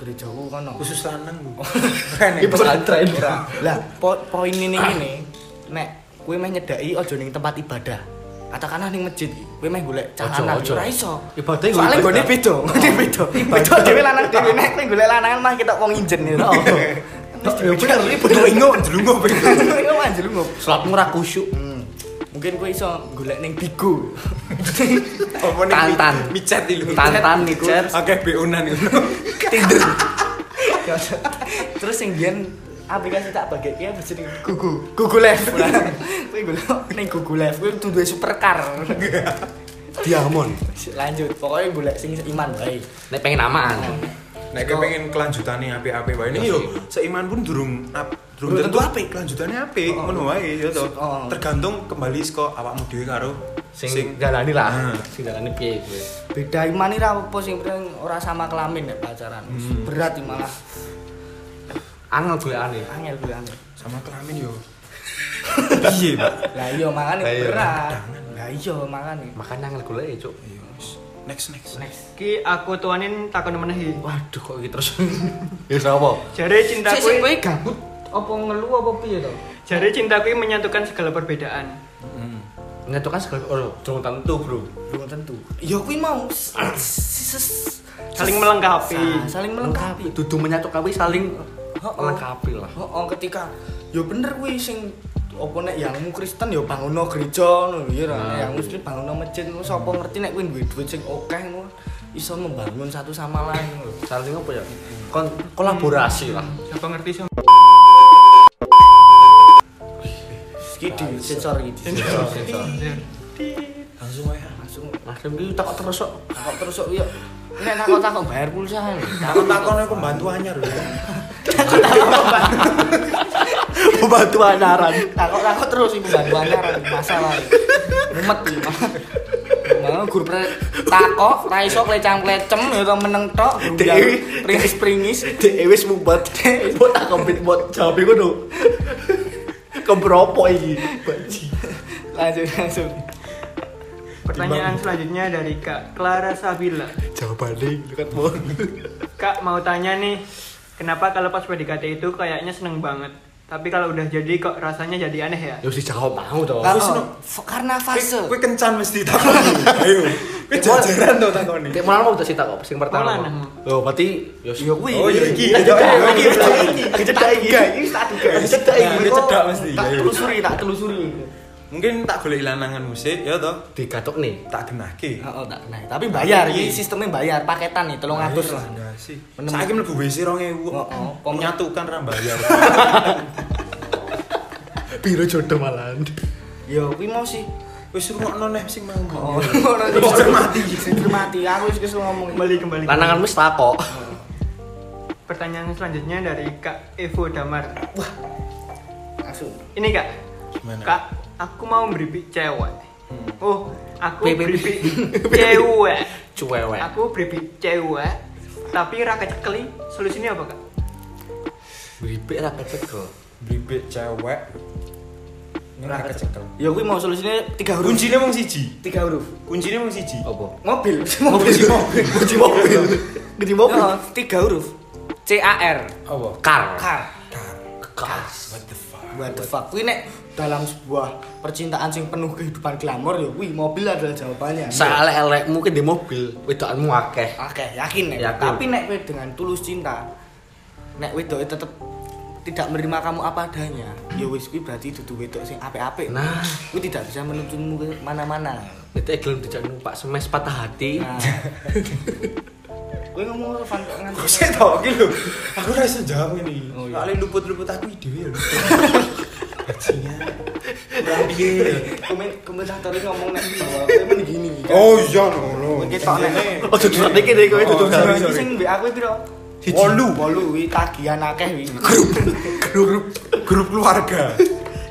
gereja aku kono
Khusus lanang Bu.
Ini
pesantren.
Lah, po poin ini ngene, nek kowe meh nyedaki aja ning tempat ibadah. Katakanlah ning masjid, kowe meh golek celana
Ojo, ojo.
ora iso.
Ibadah iku
Soale
ibadah.
gone beda,
Oh.
gone beda. Beda dhewe lanang dhewe nek kowe golek lanangan mah ketok wong injen ya.
Yo bener iki
Betul ingo njlungo pengen.
Iku manjel ngop.
Salatmu ra khusyuk.
Hmm. Mungkin kowe iso golek ning Bigo.
Apa nih?
Tantan.
Micet iki.
Tantan niku.
Oke, BO-nan ngono.
Tinder. Terus sing biyen aplikasi tak bagi ya jeneng Google Google Live. Kowe golek ning Google Live, kowe kudu duwe supercar.
Diamond.
lanjut pokoknya golek sing iman baik
Nek pengen aman.
Nek kowe pengen kelanjutane apik-apik wae ini yo seiman pun durung ap- Iya durung
Durung
tentu
tentu
apik, kelanjutane apik ngono wae ya to.
Oh.
Tergantung kembali saka awakmu dhewe karo
Sing jalani lah.
Ah.
Sing jalani piye kowe?
beda iman ini apa sing penting ora sama kelamin ya pacaran berat ini malah
Angel gue aneh.
angel bilangnya
sama kelamin yo. Piye, Pak?
lah iya makanya
Lah iya.
berat lah iya makanya
Makanya angel gue ya, Cuk.
Iya, wis. Next next.
next
Ki aku tuh Anin takon menehi.
Waduh kok gitu terus. Ya sapa?
Jare cinta
sik sik kowe
kuwi,
gabut apa ngelu apa piye to
jare cinta kuwi menyatukan segala perbedaan.
Nyatukan segala oh, durung tentu, Bro.
belum tentu ya kuwi mau S- s- s-
Saling melengkapi.
Sa- saling melengkapi
Dudu menyatukan kuwi saling
Oh, oh.
melengkapi lah.
oh, oh, ketika ya bener kuwi sing apa nek yangmu Kristen ya bangunno gereja ngono lho, ya ra
Nah.
nek yang muslim bangunno masjid ngono sapa ngerti nek kuwi duwe duit sing akeh ngono iso membangun satu sama lain ngono lho.
Saling apa ya? Kon- kolaborasi lah.
Siapa ngerti sih?
Iki di sensor iki. di-
Langsung wae.
Langsung
Nasdem iki takok terus kok.
takok terus kok yo. Nek takok takok bayar pulsa.
Aku takon aku bantu anyar lho.
Pembantu anaran.
Takok takok terus iku bantuannya ra masalah. Rumet iki. Mau guru pre- takok ra iso klecang-klecem ya to meneng tok
Dewi.
gunjang pringis-pringis.
Dek wis mumpet. Mbok tak kompet mbok jambe ngono. Kempropo iki, baji.
Lanjut langsung.
Pertanyaan selanjutnya dari Kak Clara Sabila.
Jawabane dekat mon.
Kak mau tanya nih, kenapa kalau pas PDKT itu kayaknya seneng banget? Tapi kalau udah jadi kok rasanya jadi aneh ya?
Ya wis dijawab mau to.
Lah,
Wis,
oh,
no.
f- karena fase
Kowe kencan mesti takoni. Ayo. Kowe jajaran to takoni.
Kayak malah mau tak cerita kok sing
Malah,
pertama.
nah.
Oh, berarti ya wis.
Oh, ya iki.
Tak
Ya, ya,
cedak iki.
ya,
tak
ya,
iki. Tak cedak iki. Iki tak duga.
Ya,
Cedak iki.
ya, cedak mesti. Ya,
Tak
ya.
telusuri, tak telusuri.
Mungkin tak golek lanangan musik ya toh.
Digatok nih.
Tak genahke.
Oh, oh, tak kena. Tapi bayar,
Iya.
ini sistemnya bayar, paketan nih, tolong atus lah. Menem-
Saiki mlebu WC 2000.
Heeh.
Menyatukan ra bayar.
Piro jodoh malahan.
Yo, kuwi Iya, mau sih.
Wis rungokno neh sing mau.
Oh,
Oh.
orang
Wis cermati.
Cermati, aku wis kesel ngomong.
Kembali kembali.
Lanangan wis tak kok.
Pertanyaan selanjutnya dari Kak Evo Damar.
Langsung.
Ini Kak.
Gimana?
Kak, aku mau beri cewek. Oh, aku
Bi-
beri
bi- bi-
cewek.
Cuewek.
Aku beri cewek. Tapi raka cekeli, solusinya apa Kak?
Bibik ra pepet kok.
Blibet cewek. Ora kecekel.
Yo, kuwi mau solusinya tiga huruf.
Kuncine mung siji.
Tiga huruf.
Kuncine mung siji.
Apa?
Mobil, mobil, mobil,
Kunci mobil. Kunci mobil.
Yo, tiga huruf. C A R.
Apa?
Kar.
Car.
Kas.
What the fuck?
What the fuck? Kuwi nek dalam sebuah percintaan sing penuh kehidupan glamor ya kuwi mobil adalah jawabannya.
Saelek-elekmu ki di mobil, wedokanmu akeh.
Oke, yakin nek.
Yakin.
Tapi nek kowe dengan tulus cinta, nek wedoke tetep tidak menerima kamu apa adanya, ya wis kuwi berarti dudu wedok sing apik-apik.
Nah.
kuwi tidak bisa menuntunmu ke mana-mana.
Itu gelem dijak numpak semes patah hati.
Nah. kowe ngomong Irfan kok nganti.
Kok saya tau gitu? Aku rasa jawab ini.
Oh, iya.
Soalnya luput-luput aku ide ya. Bajingan. Kurang piye.
Komen komentator ini ngomong nek bahwa kowe men gini iki.
Oh iya ngono.
Kowe ketok nek.
Oh, duduk nek iki kowe
Oh,
duduk.
sorry,
Iki
sorry.
sing mbek aku piro?
Siji.
Wolu, wolu kuwi tagihan akeh kuwi.
grup grup keluarga.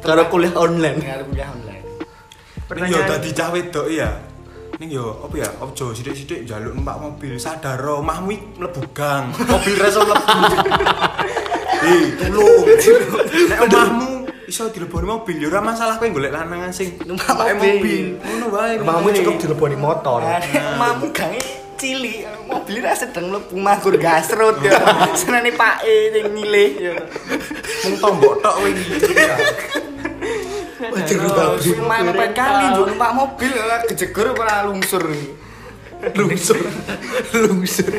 Karo kuliah online.
Dengar kuliah online.
Ning yo
Pertanyaan-
dadi cah wedok ya. Ning yo apa ya? Ojo sithik-sithik njaluk numpak mobil sadar oh, omahmu iki mlebu gang. Mobil reso mlebu. Eh, tulung. Nek omahmu iso dileboni mobil yo ora masalah kowe golek lanangan sing
Numpak
numpak
mobil.
Ngono wae.
Rumahmu
pilihannya.
cukup dileboni motor.
Nah, Mamu gange cilik, mobilnya sedeng mlebu magur gasrut ya. Senane Pak E sing milih ya.
mung tombok tok kowe iki.
Jeruk
Terus
babi.
main pet kali njuk numpak mobil ya, kejegur ora lungsur.
Lungsur. Lungsur.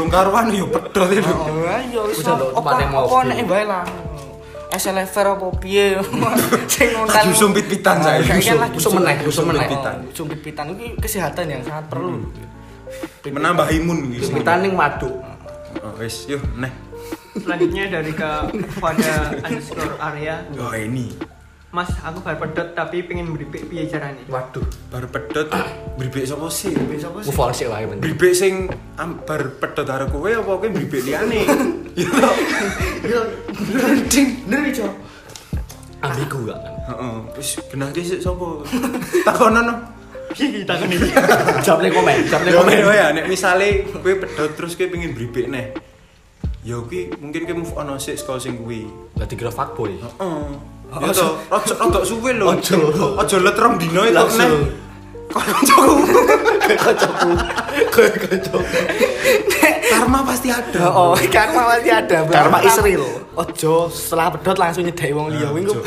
Rung karuan yo pedot itu.
Oh, ya wis
Udah, lho,
apa
tempatnya
apa
mobil.
nek bae lah. SLFR apa piye sing ngontal.
Lagi sumpit-pitan saya.
Kayaknya lagi
Usum meneh, usum meneh.
Sumpit-pitan.
Sumpit-pitan iki kesehatan yang sangat perlu.
Menambah imun iki.
Kita ning waduk.
Oh, wis yo neh.
Selanjutnya dari Kak pada underscore Arya.
Oh ini
Mas, aku bar pedot tapi pengen beripik piye carane?
Waduh.
baru pedot bribek sapa sih?
Besok
Move on sih wae penting.
Bribek sing am- bar pedot karo kowe apa kowe bribek liyane? Ya Yo.
bener iki, Jo.
Ambigu gak kan.
Heeh. Wis genah ki sik sapa? Takonan no.
Piye kita ngene?
Jawab ning komen, jawab ning
Yo
komen.
yo ya nek misale kowe pedot terus kowe pengen bribek neh. Ya kuwi mungkin kowe move on sik saka sing kuwi.
Lah dikira fuckboy.
Heeh. Ya to, ojo ojo suwe lho.
Ojo.
Ojo let rong dino itu neh.
Langsung. Kocokku. Kocokku.
Karma pasti ada.
Oh, karma masih ada. Bro.
Karma is real.
Ojo setelah pedot langsung nyedai wong
Ah,
liya. Kuwi
ojo.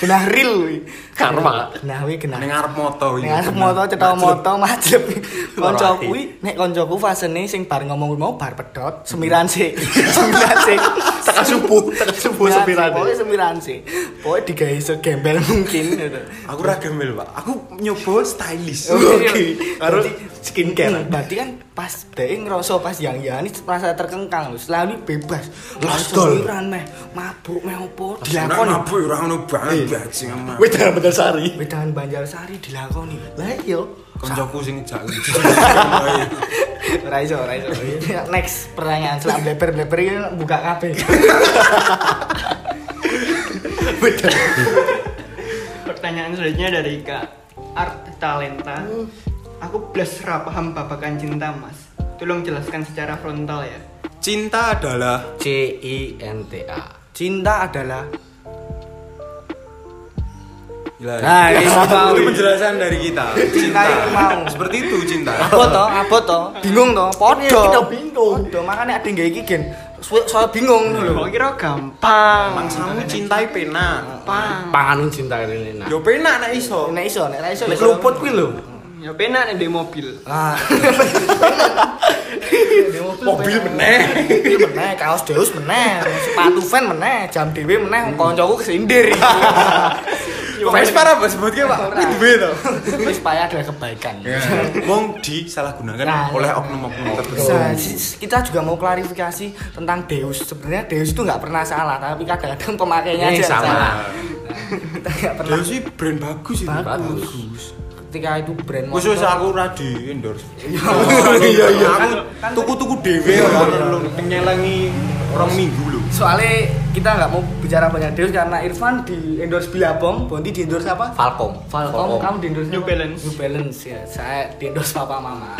genah real kuwi.
Karma.
Nah, kuwi genah.
Ning arep moto iki.
Ning arep moto cetha moto majleb. Kanca
Loro ati.
kuwi nek kancaku fasene sing bar ngomong kuwi mau bar pedot, semiran sik. Semiran sik.
Tekan subuh, tekan subuh
semiran. sik.
sembilan.
Pokoke semiran sik. Pokoke digawe segembel mungkin gitu.
Aku ra gembel, Pak. Aku nyoba stylish.
Oke. Karo
Berarti-
skincare.
Iya. Berarti kan pas dhek ngerasa pas yang yani merasa terkengkang lho, selalu bebas.
Lost
Langsung
doll.
liburan meh, mabuk meh opo,
Dilakoni
dilakoni.
mabuk ora ngono
Iya.
banget bajing amat.
Nah, Wedan bener sari.
Wedangan Banjarsari dilakoni.
Lah iya.
Kancaku sing ngejak.
Ora iso, ora iso.
Iya.
Next pertanyaan selam bleber-bleber iki buka kabeh.
Pertanyaan selanjutnya dari Kak Art Talenta. Aku blas ra paham babakan cinta, Mas. Tolong jelaskan secara frontal ya.
Cinta adalah
C I N T A.
Cinta adalah
Gila.
Nah, ini mau.
Itu penjelasan dari kita. Cinta.
itu mau.
Seperti itu cinta.
Apa to? Apa to? Bingung to? Podho.
Kita bingung.
Podho, makane ada nggae iki gen suwe- soalnya bingung
Lho,
lho.
kok kira gampang.
Mangsamu cintai pena.
Gampang.
Panganun cinta ini nah.
Yo pena nek iso.
Nek iso, nek ra iso. ya
Nek luput kuwi lho.
Ya penak nek di mobil.
Ah.
Mobil meneh.
Iki meneh kaos Deus meneh, sepatu fan meneh, jam dhewe meneh, kancaku kesindir.
Wes parah Mas sebutke Pak. Kuwi duwe to.
Wis payah ada kebaikan.
Wong disalahgunakan
Nah,
oleh oknum-oknum tertentu.
Nah, si- kita juga mau klarifikasi tentang Deus. Sebenarnya Deus itu nggak pernah salah, tapi kadang-kadang pemakainya aja yang
Ini sama.
Nah.
salah. Kita nggak pernah.
Deus sih brand bagus itu.
Bagus.
Ketika itu brand
Wis
motor,
wis aku ora di endorse. Iya iya
Kan-
aku tuku-tuku dhewe ora perlu nyelengi orang minggu lho.
soalnya kita nggak mau bicara banyak Deus karena Irfan di endorse Bilabong, Bondi di endorse apa?
Falcom.
Falcom, kamu di endorse
New
apa?
Balance.
New Balance ya. Saya di endorse Papa Mama.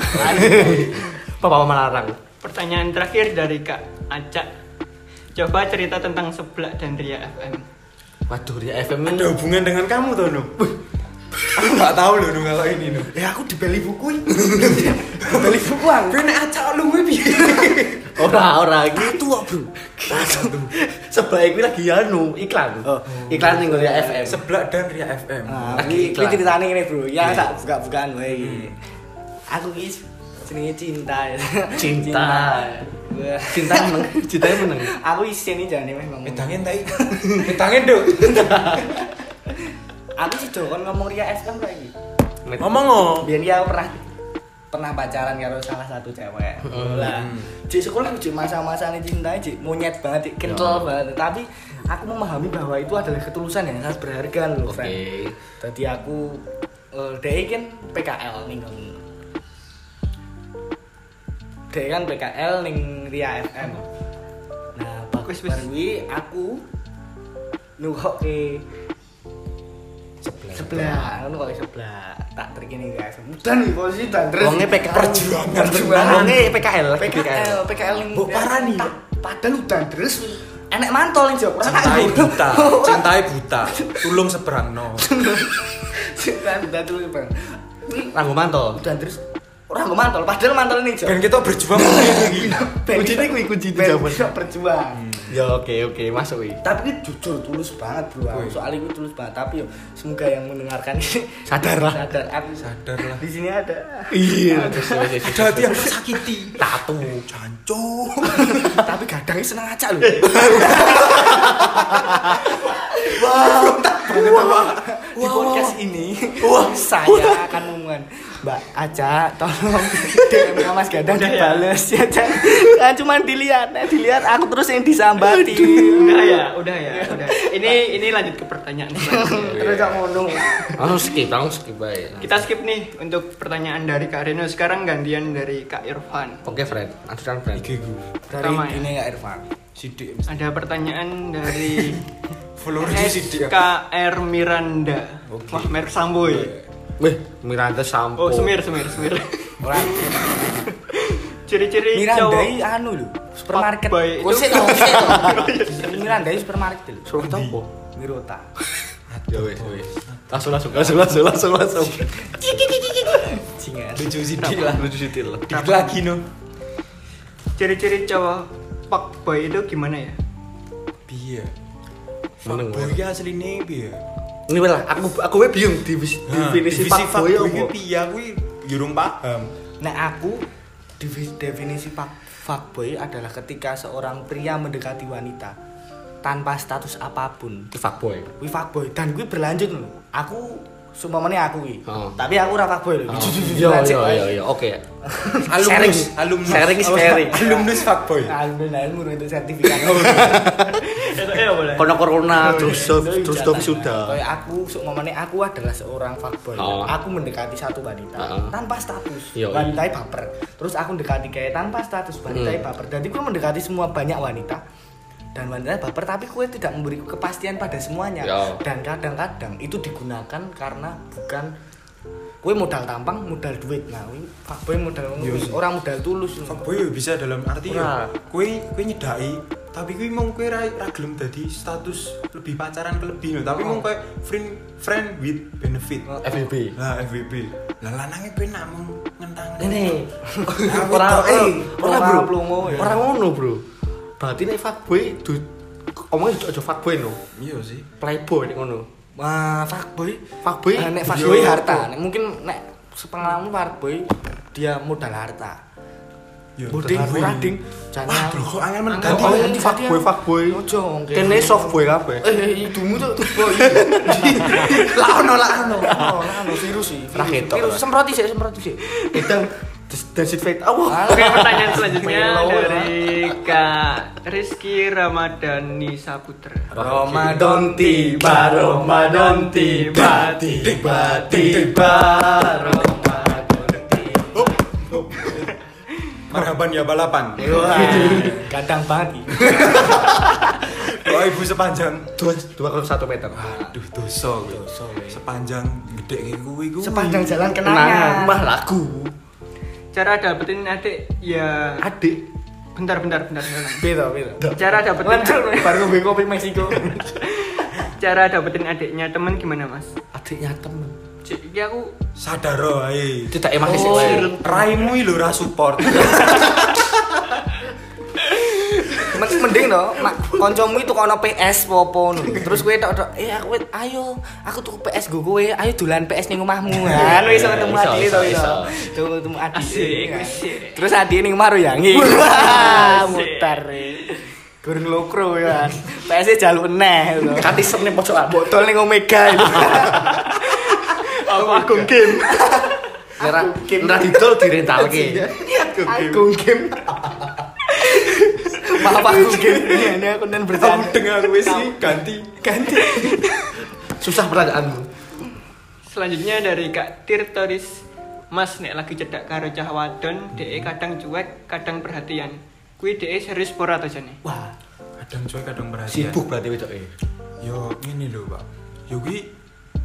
Papa melarang.
Pertanyaan terakhir dari Kak Acak. Coba cerita tentang seblak dan Ria FM.
Waduh, Ria FM
Ada
ini.
hubungan dengan kamu toh, Nuk? Aku gak tahu loh Nuk kalau ini Nuk.
ya aku dibeli buku ini. dibeli buku aku.
Kowe nek acak lu kuwi piye?
Ora, ora gitu kok, Bro. Sebaik kuwi lagi anu iklan. Iklan ning Ria FM.
Seblak dan Ria FM.
Nah, ini
Lagi iklan. Iya. Hmm.
ini ceritanya ini bro, ya tak buka-bukaan gue ini. Aku is jenenge cinta. ya.
Cinta.
Gue-
Cinta meneng, cintanya meneng.
aku isi ini jangan memang.
Medangin tai. Medangin, Duk.
Aku sih dong ngomong Ria FM kayak gitu.
Ngomong oh.
Biar dia aku pernah pernah pacaran karo salah satu cewek. Lah, di sekolah aku cuma masa-masa ini cinta aja, monyet banget, Cik. kental banget. Tapi aku memahami bahwa itu adalah ketulusan yang sangat berharga loh, friend.
Oke.
Tadi aku eh dia kan PKL ning ngomong. Dia kan PKL ning Ria FM. Nah, bagus
Wis, wis.
bareng kuwi aku nukoke sebelah. Sebelah, ngono kok sebelah. Tak terkini Ria FM. Dan posisi dan terus
Wongnya PKL.
perjuangan.
Wonge PKL. lagi
PKL, PKL ning
Mbok parani.
Tak- Padahal udan terus enek mantol ning jawab.
Cintai buta, cintai buta. Tulung seberangno.
Cinta dulu, Bang. Kuwi
Ranggo mantol.
udan terus orang nggak mantol padahal mantol ini jauh
Ben kita berjuang lagi.
Kuncinya kuwi, kunci Hmm. itu jawaban.
berjuang
Ya oke oke, masuk iki.
tapi ini jujur tulus banget bro aku
Wih.
soalnya gue tulus banget tapi yo semoga yang mendengarkan ini
Sadar lah.
sadar aku
Sadar lah.
di sini ada
Iya. Terus, terus, terus,
Ada
terus.
hati yang tersakiti.
Tatu.
Jancu.
tapi gadangnya seneng aja loh
Eh.
wow di podcast ini saya akan memuan Mbak Aca tolong DM -nya Mas Gadang
Udah ya?
dibales ya Cak Jangan cuman dilihat nah, dilihat aku terus yang disambati
Udah ya, udah ya, udah. Ini ini lanjut ke pertanyaan. selanjutnya.
terus gak ngono
Langsung skip, langsung skip bae.
Kita skip nih untuk pertanyaan dari Kak Reno. Sekarang gantian dari Kak Irfan.
Oke, Fred. Aturan Fred.
Iki ku.
dari
Pertama ya.
ini ya Irfan
Sidik.
Ada pertanyaan dari
Followernya sidik.
SKR Miranda.
Oke.
Wah, merek Sambo ya.
Wih, Miranda
Oh,
sampo.
Semir, Semir, Semir.
orang
Ciri-ciri cowok
Mirandai anu lho, supermarket.
Fuckboy itu. Oh, iya.
Kusik to, kusik to. Mirandai supermarket lho.
Suruh topo.
Mirota.
Ya wis, wis. Langsung langsung langsung langsung langsung langsung.
Jingan.
Lucu sidik lah.
Lucu sitil lah.
Dikit lagi no.
ciri-ciri cowok fuckboy itu gimana ya?
Piye?
Meneng,
Fuckboy
meneng.
ki asline piye?
Ini lah, aku aku wae bingung di definisi fuckboy
iki
apa.
piye aku yurung paham.
Nah, aku divi- definisi fuck- fuckboy adalah ketika seorang pria mendekati wanita tanpa status apapun.
Itu fuckboy.
Kuwi fuckboy dan kuwi berlanjut lho. Aku sumpamane aku kuwi.
Oh.
Tapi aku ora fuckboy lho.
Oh.
Jujur-jujur
Yo
aja,
yo
guys.
yo yo, oke.
Alumnus,
Sharing.
alumnus.
Sharing is
Apa?
caring.
Alumnus fuckboy.
Alhamdulillah, Ah, ilmu itu sertifikat.
Eh, boleh.
Kono corona terus terus
Jatah.
terus sudah.
Kayak aku sok ngomongnya aku adalah seorang fuckboy.
Oh.
Aku mendekati satu wanita
Heeh.
tanpa status.
Yoi.
Wanita baper. Terus aku mendekati kayak tanpa status wanita
Hmm.
baper. Jadi aku mendekati semua banyak wanita dan wanita baper tapi kue tidak memberi kepastian pada semuanya
Yo.
dan kadang-kadang itu digunakan karena bukan kue modal tampang modal duit nah kue fuckboy modal
Yo.
orang modal tulus
Fuckboy ya bisa dalam arti ya.
Ora.
Kue kue nyedai tapi kue mau kue ra, ra gelem dadi status lebih pacaran ke lebih no. tapi mau kue friend friend with benefit
FBB.
lah FWB lah lanangnya kue nak mau ngentang
ini
Nah, wedok,
Ora
eh.
Ora
ora bro.
plungu, ya.
Ora ngono bro. berarti nek fuckboy du omongnya juga aja fuckboy no.
iya sih
Playboy nek ngono.
Wah, fuckboy.
Fuckboy?
Nah, nek fuckboy
Iya.
harta. Nek mungkin nek sepengalaman fuckboy dia modal harta.
Iya,
Buding,
harta.
buding,
Wah, bro, kok angin men ganti
oh,
men.
ganti. fuckboy, fuckboy.
Ojo, ngomong kayak
Kene
gitu.
softboy kabeh.
Eh, eh, hidungmu tuh tuh, iya. Lakno, lakno. Lakno, lakno, virus sih. virus,
Lah, ketok, Eh,
Virus
lah.
semproti sih, semproti sih.
Edang disinfect. Awah.
Oke, pertanyaan selanjutnya
Melo, ya.
dari Kak Rizky Ramadhani Saputra.
Ramadan tiba, Ramadan tiba, tiba, tiba, Ramadan tiba.
marhaban ya balapan
Wah, gantang banget.
oh ibu sepanjang
Dua dua koma satu meter.
aduh dosa gue. sepanjang gede kayak gue gue
Sepanjang jalan
Kenangan.
kenangan.
Mah lagu.
Cara dapetin adik ya
Adik.
bentar bentar bentar. bentar.
Beda, beda.
Cara dapetin
Lanjut, baru gue kopi Meksiko.
cara dapetin adiknya temen gimana mas?
Adiknya temen.
Cik, iki aku
sadaro ae
Tidak emang sih.
Oh.
raimu lho ra support
Men- mending no, mak koncomu itu kono PS popo no. Terus gue tok tok, eh aku wit- ayo, aku tuh PS gue gue, ayo dolan PS ning omahmu. Nah, lu iso ketemu
Iso,
adik
iso,
to iso.
iso.
Tuh ketemu adik.
Asik,
kan.
asik.
Terus adik ning omah royangi. Wah, mutar. Goreng lokro ya. PS-e jaluk neh to.
Kati serne pojokan.
Botol ning Omega itu.
aku agung game.
Nera nera didol direntalke.
Iya. Agung game. Maaf
Iya,
aku game. Ini aku nen bercanda.
dengar wis sih ganti
Ganti.
Susah pertanyaanmu.
Selanjutnya dari Kak Tirtoris Mas nek lagi cedak karo cah wadon, DE kadang cuek, kadang perhatian. Kuwi DE serius pora to jane?
Wah,
kadang cuek kadang berhasil
sibuk berarti wedoke.
yo ini lho pak yo gue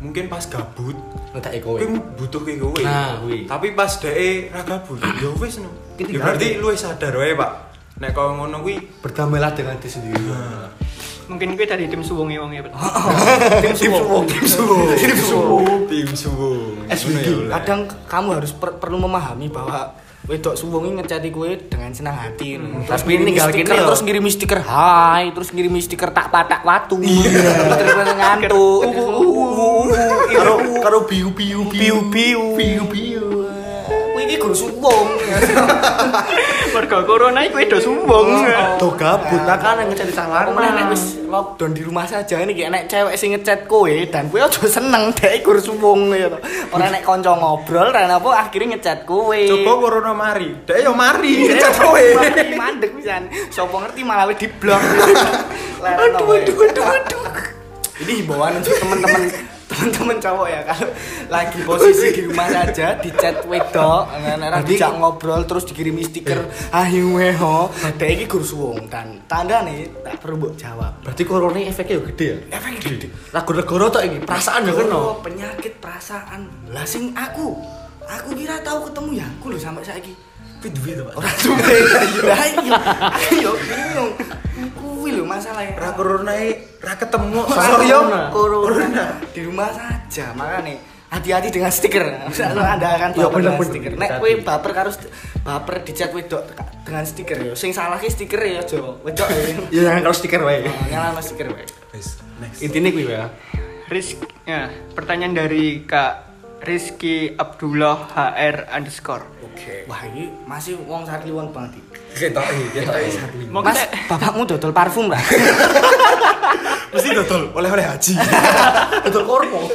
mungkin pas gabut
Ngetak e kowe.
gue butuh kayak gue
Nah, kuwi.
tapi pas deh ra gabut yo wis no
Ketinggalan.
ya berarti lu wis sadar wae pak nek kau ngono gue
Berdamailah dengan diri sendiri.
Mungkin kuwi dari tim suwunge wong ya. Bet.
Tim suwung, tim suwung.
tim suwung tim suwung Ngono ya, oleh.
kadang kamu harus per- perlu memahami bahwa wedok suwung ini ngecati kue dengan senang hati terus
Tapi
ngirimi
tinggal
stiker,
gini loh.
terus ngirimi stiker hai terus ngirimi stiker tak patak watu
Iya.
terus ngirimi ngantuk Uh, uh, uh, uh, uh,
Karo karo biu biu
biu biu
biu biu.
Kue ini guru suwung
Mergo corona iku do
Oh,
suwung.
Do gabut makane ngecari salah.
Kemana nek wis lockdown di rumah saja ini kayak nek cewek sing ngechat kowe dan kowe aja seneng dek guru suwung ya toh. Ora nek kanca ngobrol ora apa akhirnya ngechat kowe.
coba corona mari deh yo mari
Cocok
Cocok wae.
Mati mandek pisan. Sopo ngerti malah wis diblok. Aduh aduh aduh aduh. Ini himbauan untuk teman-teman teman-teman cowok ya kalau lagi posisi di rumah saja di chat wedok anak-anak dijak ngobrol terus dikirimi stiker ayu weho dek iki guru suwung dan tanda nih tak perlu mbok jawab
Berarti corona efeknya yo gede ya.
efek gede
Ragu-ragu tok iki perasaan yo kena.
Oh, penyakit perasaan lah sing aku aku kira tahu ketemu ya aku lho sampai saiki
Kuwi duwe to,
Ora suwe. Lah iya. Ayo bingung. Kuwi lho masalahnya.
ra corona e ra ketemu
Sorry yo,
Corona.
corona. Di rumah saja, makanya hati-hati dengan stiker. Kalau Anda akan
Iya,
baper
bener,
dengan
bener.
stiker. Nek kowe baper karo st- baper dicat wedok teka- dengan stiker yo. Sing salah ki stiker yo, Jo. Wedok yo.
Ya jangan karo stiker wae.
Nyala stiker wae.
Wis, next
Intine kuwi ya.
Rizk, ya, pertanyaan dari Kak Rizky Abdullah HR underscore.
Oke.
Wah, ini masih wong sakli wong banget. iki.
kita kita
Mau
Mas,
kita
bapakmu dodol parfum lah.
mesti dodol oleh-oleh haji
Betul korpo.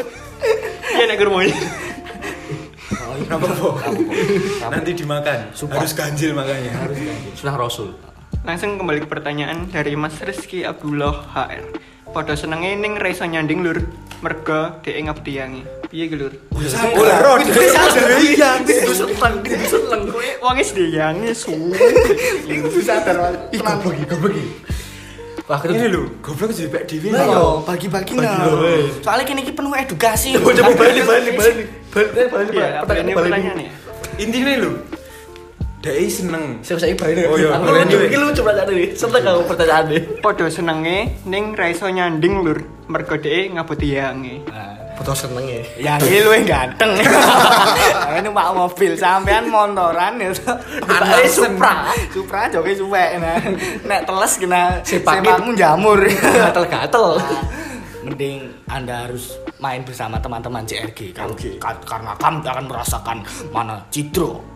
ya nek mau.
Kenapa po? Nanti dimakan.
Sumpah.
Harus ganjil makanya.
Sunah Rasul.
Langsung kembali ke pertanyaan dari Mas Rizky Abdullah HR. Podo senenge ning ra iso nyanding lur, mergo dhek ngabdiangi. Piye ki lur?
Ular rod.
Iya, itu seneng, itu seneng.
Wong is diyangi su.
Iku bisa sadar.
Iku bagi, iku bagi. Wah,
Ini
keren.
lho, goblok jebek dhewe.
Lah yo, Iya bagi-bagi nah.
Nah, iya. Bagi, weh.
Soalnya kini iki penuh edukasi.
Coba coba balik, balik, balik. Balik, balik, balik.
Ya, apa ini
Iya, Pertanyaan
pertanyaannya?
Intine lho. Dei seneng.
Saya saya balik.
Oh, iya.
Aku
Boleh,
lucu,
boleh.
ini lucu pertanyaan ini. Seneng aku pertanyaan ini.
Podo senenge ning ra iso nyanding lur, mergo dhek ngabdiangi.
Nah, foto seneng ya
Ya iki luwih ganteng. Ini Pak mobil sampean montoran ya. Anake Supra. Supra joki suwek nah. Nek teles kena
Sepaknya-
sepakmu jamur.
Nah, gatel-gatel
Mending Anda harus main bersama teman-teman CRG kan, Ka- karena kamu akan merasakan mana cidro.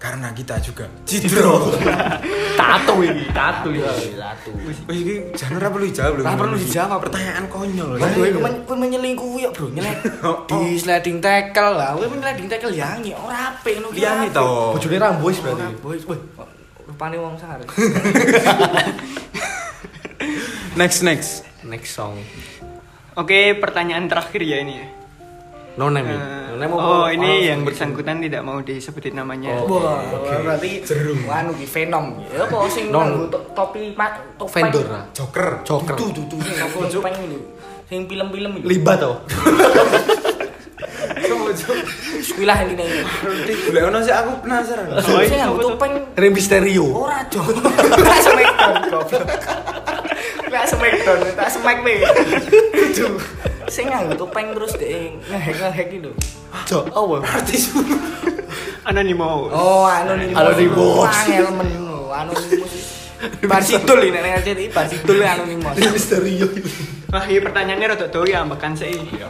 Karena kita juga Cidro.
tato ini tato ya
Satu.
Wih, ini jangan perlu dijawab loh.
Ora perlu dijawab.
Pertanyaan konyol.
Waduh,
Iya.
iku men kowe menyelingkuhi ya, Bro. Nyelek di sliding tackle lah. Kowe sliding tackle ya, Oh, yangi ora apik ngono ki,
Liani
apik.
toh.
bojone rambuis berarti
Ora, Boy, boy. Rupane wong sare.
Next next.
next song
Oke, pertanyaan terakhir ya ini ya.
no name ya?
Eh,
no name apa?
oh, ini
Oh,
yang bersangkutan tidak mau disebutin namanya.
Oh.
Wah, berarti jeru. Anu ki Venom. Ya apa sing
Non.
nganggo to- topi mak topeng.
vendor lah
Joker.
joker
Tuh tuh tuh sing apa topeng ini. Sing film-film iki.
libat toh
Wilah ini nih.
Nanti boleh ono sih aku penasaran.
Oh,
Sing
iya,
nganggo
apa tuh?
topeng
Rey Mysterio
ora jo. Tak smackdown goblok. Tak smackdown, tak smack me. Duh. Sing nganggo topeng terus dhek ngehack-ngehack iki lho.
Cok, apa?
Artis.
Anonymous.
Oh, anonimus.
Anonymous.
Angel men lho, anonimus. Barsidul ini nek ngecet iki Barsidul anonimus.
Rey Mysterio
Wah, iya pertanyaannya rada doi ambekan sih.
Iya.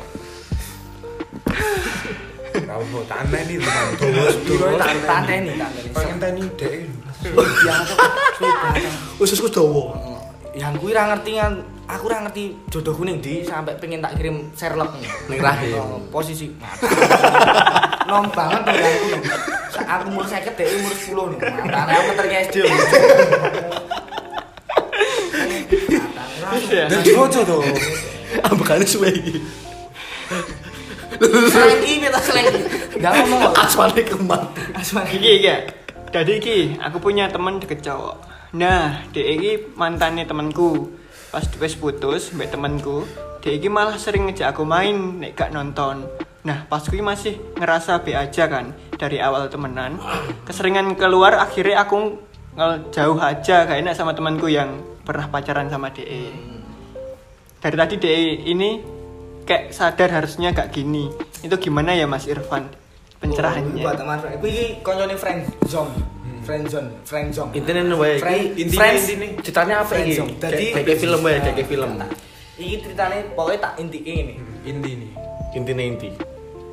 Rawo tanah ini teman. Dos dos
Tanteni, tanteni.
Pengen tani dek.
ususku dawa
Oh, yang gue ra ngerti kan aku ra ngerti jodohku ning ndi sampai pengen tak kirim Sherlock
Ning rahim.
Oh, posisi nom banget tuh aku saat aku umur 50 dia umur 10 nih matane aku keterke SD lho. Matane langsung.
Ya.
Dan diwoco tuh.
ambekane suwe iki
Selengki kita selengki Nggak ngomong kok.
asmane kembang
Asmane.
Iki iki. Jadi iki, aku punya temen deket cowok. Nah, dia iki mantannya temanku. Pas wis putus mbek temanku, dia iki malah sering ngejak aku main nek gak nonton. Nah, pas kui masih ngerasa be aja kan dari awal temenan. Keseringan keluar akhirnya aku ngel- jauh aja gak enak sama temanku yang pernah pacaran sama DE. Dari tadi DE ini kayak sadar harusnya gak gini. Itu gimana ya Mas Irfan? Pencerahannya.
Buat teman aku iki koncone friend zone.
Hmm.
Friend zone, friend zone.
intine no wae
Friend-
iki
intine-
friends Nah.
intine.
ceritanya apa iki
Friendzone. Jadi-
Kayak- kayak film wae kayak film
Nah, Iki ceritanya pokoknya tak intike ini.
Inti nih.
intine inti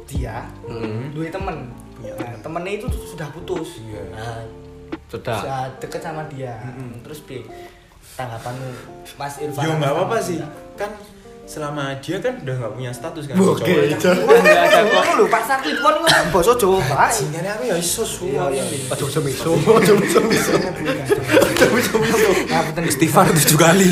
dia
Hmm.
dua temen nah, temennya itu tuh sudah putus
Iya. Hmm.
nah,
sudah
sudah deket sama dia terus bi tanggapanmu Mas Irfan
Yo nggak apa-apa sih. Kan selama dia kan udah nggak punya status kan.
Oke,
Cowok.
Cok.
enggak ada kok lu pasar klipon kok bosok Jawa bae
Sinyalnya aku ya iso suwe.
Iya,
Aduh, bisa miso, aduh, bisa miso, aduh, bisa miso.
ngapunten
Istighfar tujuh kali.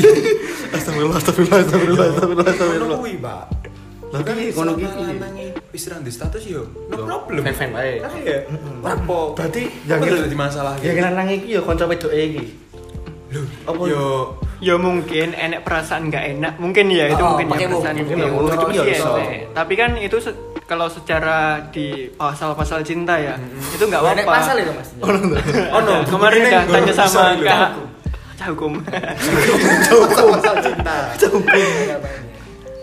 Astagfirullah, astagfirullah, astagfirullah, astagfirullah,
Ngono
astagfirullah.
kuwi, Pak.
Iya, Lah, kuwi, ngono kuwi. iya.
Selama lanangi wis ra ndek status yo. No problem.
Fan-fan wae.
Lah, iya. Ora apa.
Berarti
yang
yang
itu di masalah
Ya
gitu.
kira nang iki ya kanca wedoke iki. iya. apa?
Yo
Ya mungkin enek perasaan nggak enak, mungkin ya itu
Oh,
mungkin ya
pakai
perasaan
mungkin,
nggak
mungkin,
enak.
mungkin
Tapi
ya
sih
bisa.
enek. Tapi kan itu se- kalau secara di pasal-pasal cinta ya, itu nggak
Gak
apa-apa.
pasal
ya?
itu Mas
Ono lho.
Oh no,
Kemarin
ini
udah
gua
tanya
bisa
sama
gitu.
Kak Cah hukum.
pasal cinta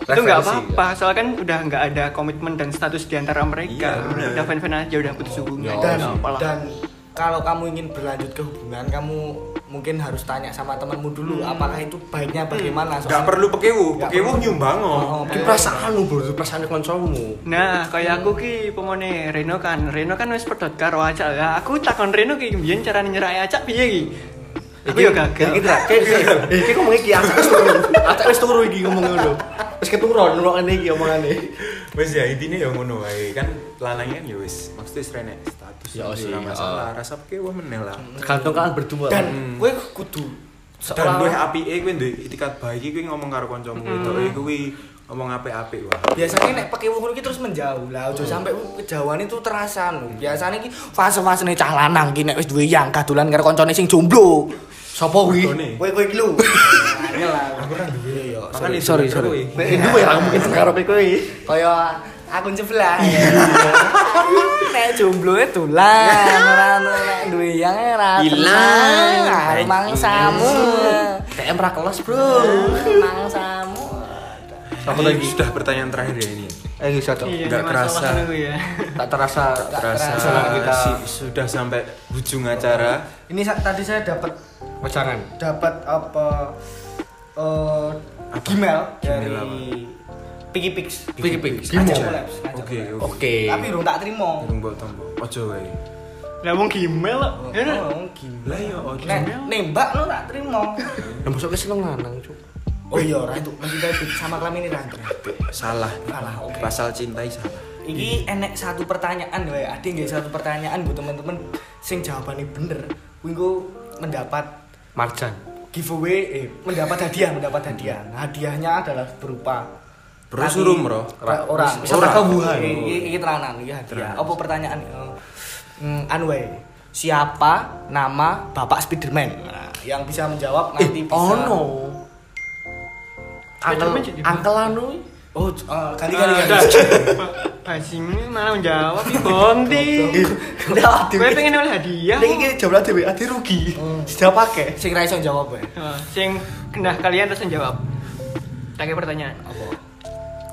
itu nggak apa-apa, soalnya kan udah nggak ada komitmen dan status di antara mereka.
Iya, bener.
udah fan-fan aja, udah putus hubungan.
dan
Oh,
Nggak apa-apa lah.
dan kalau kamu ingin berlanjut ke hubungan kamu mungkin harus tanya sama temanmu dulu
Hmm.
apakah itu baiknya bagaimana
Gak perlu pekewu,
Nggak
pekewu
perlu.
nyumbang oh.
Oh,
Ki perasaanmu, Bro, perasaan kancamu.
Nah, kayak aku ki pemone Reno kan, Reno kan wis pedot karo acak lah. Aku takon Reno ki mbiyen carane nyerai acak piye ki? Aku
Iya,
ya gagal.
Iki terakhir. Iki ngomong iki acak wis turu. Acak wis turu iki ngomong ngono. Wis keturun nulokane iki omongane.
Wes ya intinya ya ngono wae. Kan lanangnya kan ya wis maksudnya wis renek status.
Ya,
gitu,
sih,
ora
ya.
masalah, rasa pekewu meneh lah.
Tergantung kalian berdua.
dan
Hmm.
gue kudu
Dan
seolah-
gue apike kowe ndek itikat baik iki kowe ngomong karo kancamu gitu. Eh kuwi ngomong apik-apik wae.
biasanya nek pakai wong iki terus menjauh lah
Hmm.
ojo sampai kejauhan itu terasa lho biasanya iki fase-fase nih cah lanang iki nek wis duwe yang kadulan karo koncone sing jomblo
Sopo kuwi?
Mergone.
kowe kowe iki lho Nah, lah aku ora duwe yo
Makanya
Sorry,
itu,
sorry.
kowe.
Nek duwe aku mungkin karo kowe.
kaya aku sebelah Iya. nek jomblo e dolan ora nek duwe yang e ora
Hilang.
tenang. mangsamu
TM ra kelas, Bro.
mangsamu
Apa
Ini
lagi?
Sudah pertanyaan terakhir ya ini.
Eh, bisa dong.
Iya,
Nggak
ini
kerasa.
masalah aku ya.
Tak terasa, tak
Terasa
kita.
si- sudah sampai ujung acara.
Ini sa- tadi saya dapat
Wajangan.
dapat apa eh Gmail dari
Gmail apa?
Piki Pix.
Piki Pix.
Ajak
Gmail.
collabs, ajak
Oke,
collabs.
Oke.
Tapi belum tak terima.
Burung bawa tombol. Ojo wae.
Lah wong gimel kok. Ya
Iya,
kan?
Oh, gimana?
Lah ya ojo.
Nek nembak lu tak terima.
Yang besoknya seneng lanang, Cuk.
Oh iya, ora itu mencintai Pix sama kelamin ini ra itu.
Salah.
Salah, oke.
Pasal cintai salah.
Iki enek satu pertanyaan wae. Ada nggak satu pertanyaan buat teman-teman sing jawabannya bener. Kuwi engko mendapat
Marjan.
giveaway eh, mendapat hadiah, mendapat hadiah. Nah, Hadiahnya adalah berupa
Brosur umroh.
Ora ora
Ora.
ora
Bukan.
Iki iki terangan iki hadiah.
Terangan.
Apa pertanyaan? Eh, Mm, anu wae. Siapa nama Bapak Spiderman? Nah, yang bisa menjawab nanti bisa.
Oh no.
Angkel-
Angkel, angkel anu.
Oh, j- eh, kali kali kali.
Basing ini malah menjawab "Ih, Bonti.
Udah,
Gue pengen oleh hadiah.
Lagi gini jam lah dewe, ati rugi. Sudah pakai.
Sing ra iso jawab wae.
Nah, Sing nah kalian terus yang jawab. Terakhir pertanyaan.
Apa?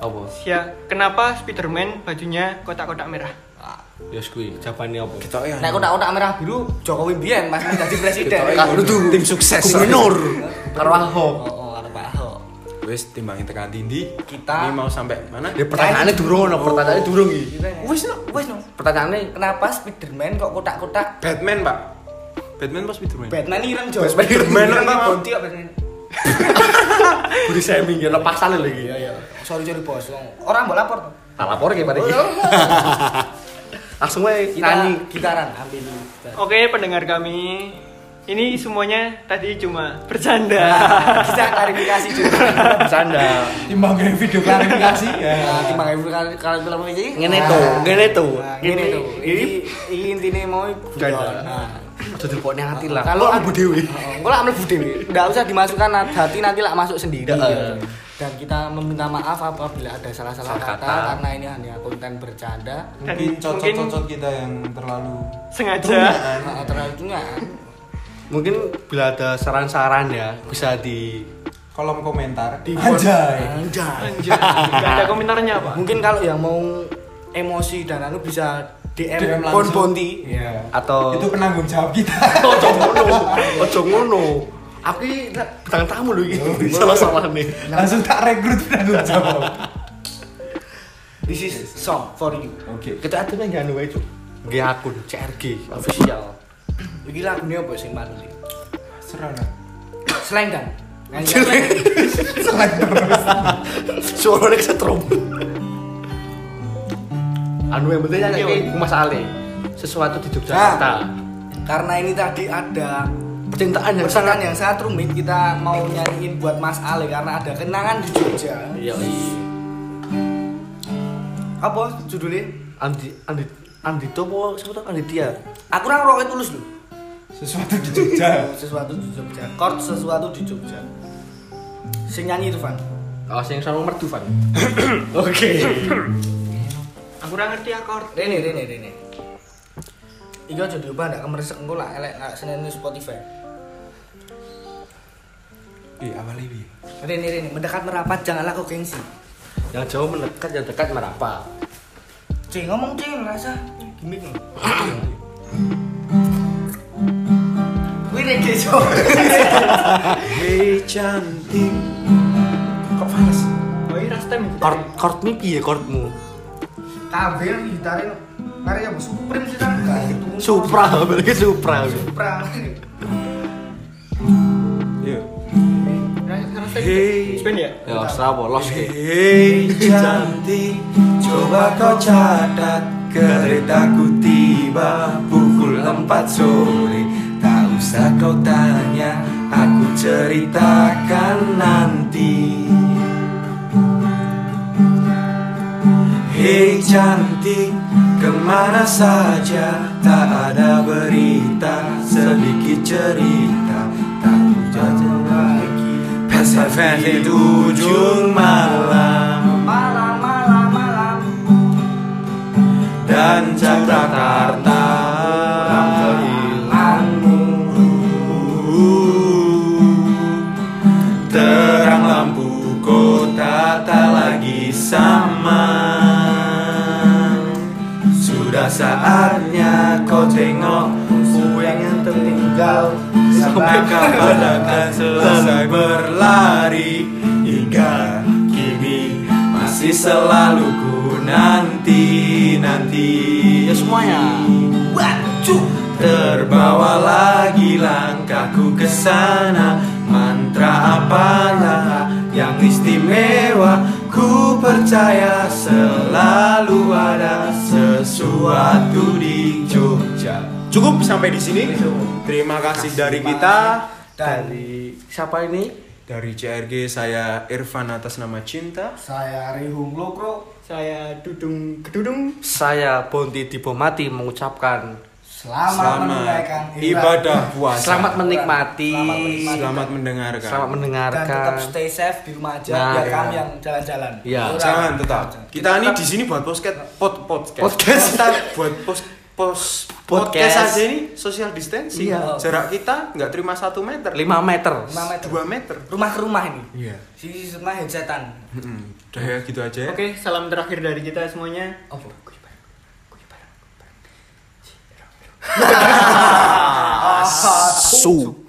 Apa?
Ya, kenapa Spiderman bajunya kotak-kotak merah?
Ah,
Ya kuwi, jawabane apa?
Kita ya.
Nek kotak-kotak merah biru Jokowi mbiyen Mas menjadi presiden.
Karo tim sukses.
Karo Ahok.
Oh, oh, ada Pak Ahok.
Wis timbangi tekan tindi.
Kita-
ini mau sampai mana?
Ya pertanyaannya durung, no. pertanyaannya durung iki.
Wis no, wis no.
Pertanyaannya
Kenapa Spiderman kok kotak-kotak?
Batman, Pak. Batman pas Spiderman.
Batman ireng jawab.
Spiderman
Ireng
apa?
bonti kok Batman.
budi saya minggir lepasan lagi.
Iya, iya. Sorry sorry bos. Orang mau lapor. tuh.
Tak lapor ke pada
Oh,
iki.
iya.
Langsung wae
Kita
nyanyi.
gitaran ambil gitar.
Oke, pendengar kami. Ini semuanya tadi cuma bercanda.
Ah,
Kita klarifikasi dulu.
Bercanda.
Timbangin video klarifikasi.
Nah, timbang ibu kali kali film ini.
Ngene tuh, ngene tuh.
Nah, Ngene tuh. Ini ini intine mau
Jangan.
guyon. Nah.
Aduh dilpokne ati lah.
Kalau
Kok ambu dewe.
Engko lah mlebu dhewe. Ndak usah dimasukkan nat- hati nanti lah masuk sendiri. Iya.
Heeh.
Dan kita meminta maaf apabila ada salah-salah kata,
Salah kata.
karena ini hanya konten bercanda.
Dan
Mungkin Iya.
mungkin
cocok-cocok kita yang terlalu
sengaja
Nah, terlalu tungaan.
Mungkin bila ada saran-saran ya bisa di
kolom komentar.
Di- Anjay.
Anjir, gak ada komentarnya apa?
Mungkin kalau yang mau emosi dan anu bisa DM,
DM
Bon
langsung.
Bonti.
Iya.
Atau-
itu penanggung jawab kita.
Ojo ngono. Ojo ngono. Aku ini bintang tamu lho iki. Salah-salah
Oh,
nih.
iya. Langsung tak rekrut penanggung jawab.
This is song for you.
Oke.
Kita aturnya nggak anu wae, Cuk. Nggih akun CRG official.
Iki lagune apa sing paling?
Serana.
Slang kan.
Selek terus.
Suaranya kesetrum. anu yang penting
Iya,
kayak ibu Mas Ale. Sesuatu di
Ah.
Yogyakarta.
Karena ini tadi ada
Percintaan yang
Persaingan
sangat
yang sangat rumit kita mau nyanyiin buat Mas Ale karena ada kenangan di Jogja.
Iya.
Apa judulnya?
Andi Andi Andito apa siapa tuh Anditia?
Aku orang roket tulus loh.
Sesuatu di Jogja.
Sesuatu di Jogja. Chord sesuatu di Jogja. Sing nyanyi Irfan.
Oh, yang sama merdu Van. Oke.
Aku kurang ngerti akor.
Rene Rene Rene. Iki aja diubah ndak kemeresek engko lah elek lah senene Spotify.
Iya, awalnya piye?
Rene Rene mendekat merapat jangan laku gengsi.
Yang jauh mendekat, yang dekat merapat.
Cing ngomong cing rasa gimmick lho. Wih Rene
Hei cantik. Kok fals?
Oh, ini rastem gitu.
Kord kordmu piye kordmu?
Kabel gitarin karya Supreme sih kan.
Supra, berarti Supra.
Supra.
Iya.
Rastem.
Hei.
Spin ya?
Ya, serapa los ke.
Hei cantik, coba kau catat Keretaku tiba pukul 4 sore Tak usah kau tanya, aku ceritakan nanti Hei cantik, kemana saja Tak ada berita, sedikit cerita Tak jauh lagi Pes FM di ujung malam
malam malam malam
Dan Jakarta Dalam kehilanganmu Terang lampu kota tak lagi tengok Kue yang tertinggal Sampai kapan akan selesai berlari Hingga kini masih selalu ku nanti-nanti
ya semuanya
Terbawa lagi langkahku ke sana Mantra apalah yang istimewa Ku percaya selalu ada sesuatu di Jogja Cukup sampai di sini Terima kasih dari kita
dari siapa ini
Dari CRG saya Irfan atas nama Cinta
saya Rihum Lokro
Saya dudung gedudung.
saya Bonti Dibomati mengucapkan
selamat,
Selamat ibadah puasa
selamat menikmati
Selamat menikmati.
Selamat mendengarkan
dan tetap
selamat mendengarkan
stay safe di rumah aja
Nah,
biar
iya.
kami yang jalan-jalan
Iya.
Orang-
Jangan tetap. Kita ini di sini buat podcast, pod, podcast.
Podcast.
Kita buat pos, pos, podcast.
Podcast.
aja ini social distancing.
Iya.
Jarak kita nggak terima satu meter,
5 meter
Lima meter.
dua meter.
rumah ke rumah ini
Iya.
sisi ya, rumah headsetan
Mm-mm. Udah ya gitu aja. ya.
Oke, salam terakhir dari kita semuanya.
apa
su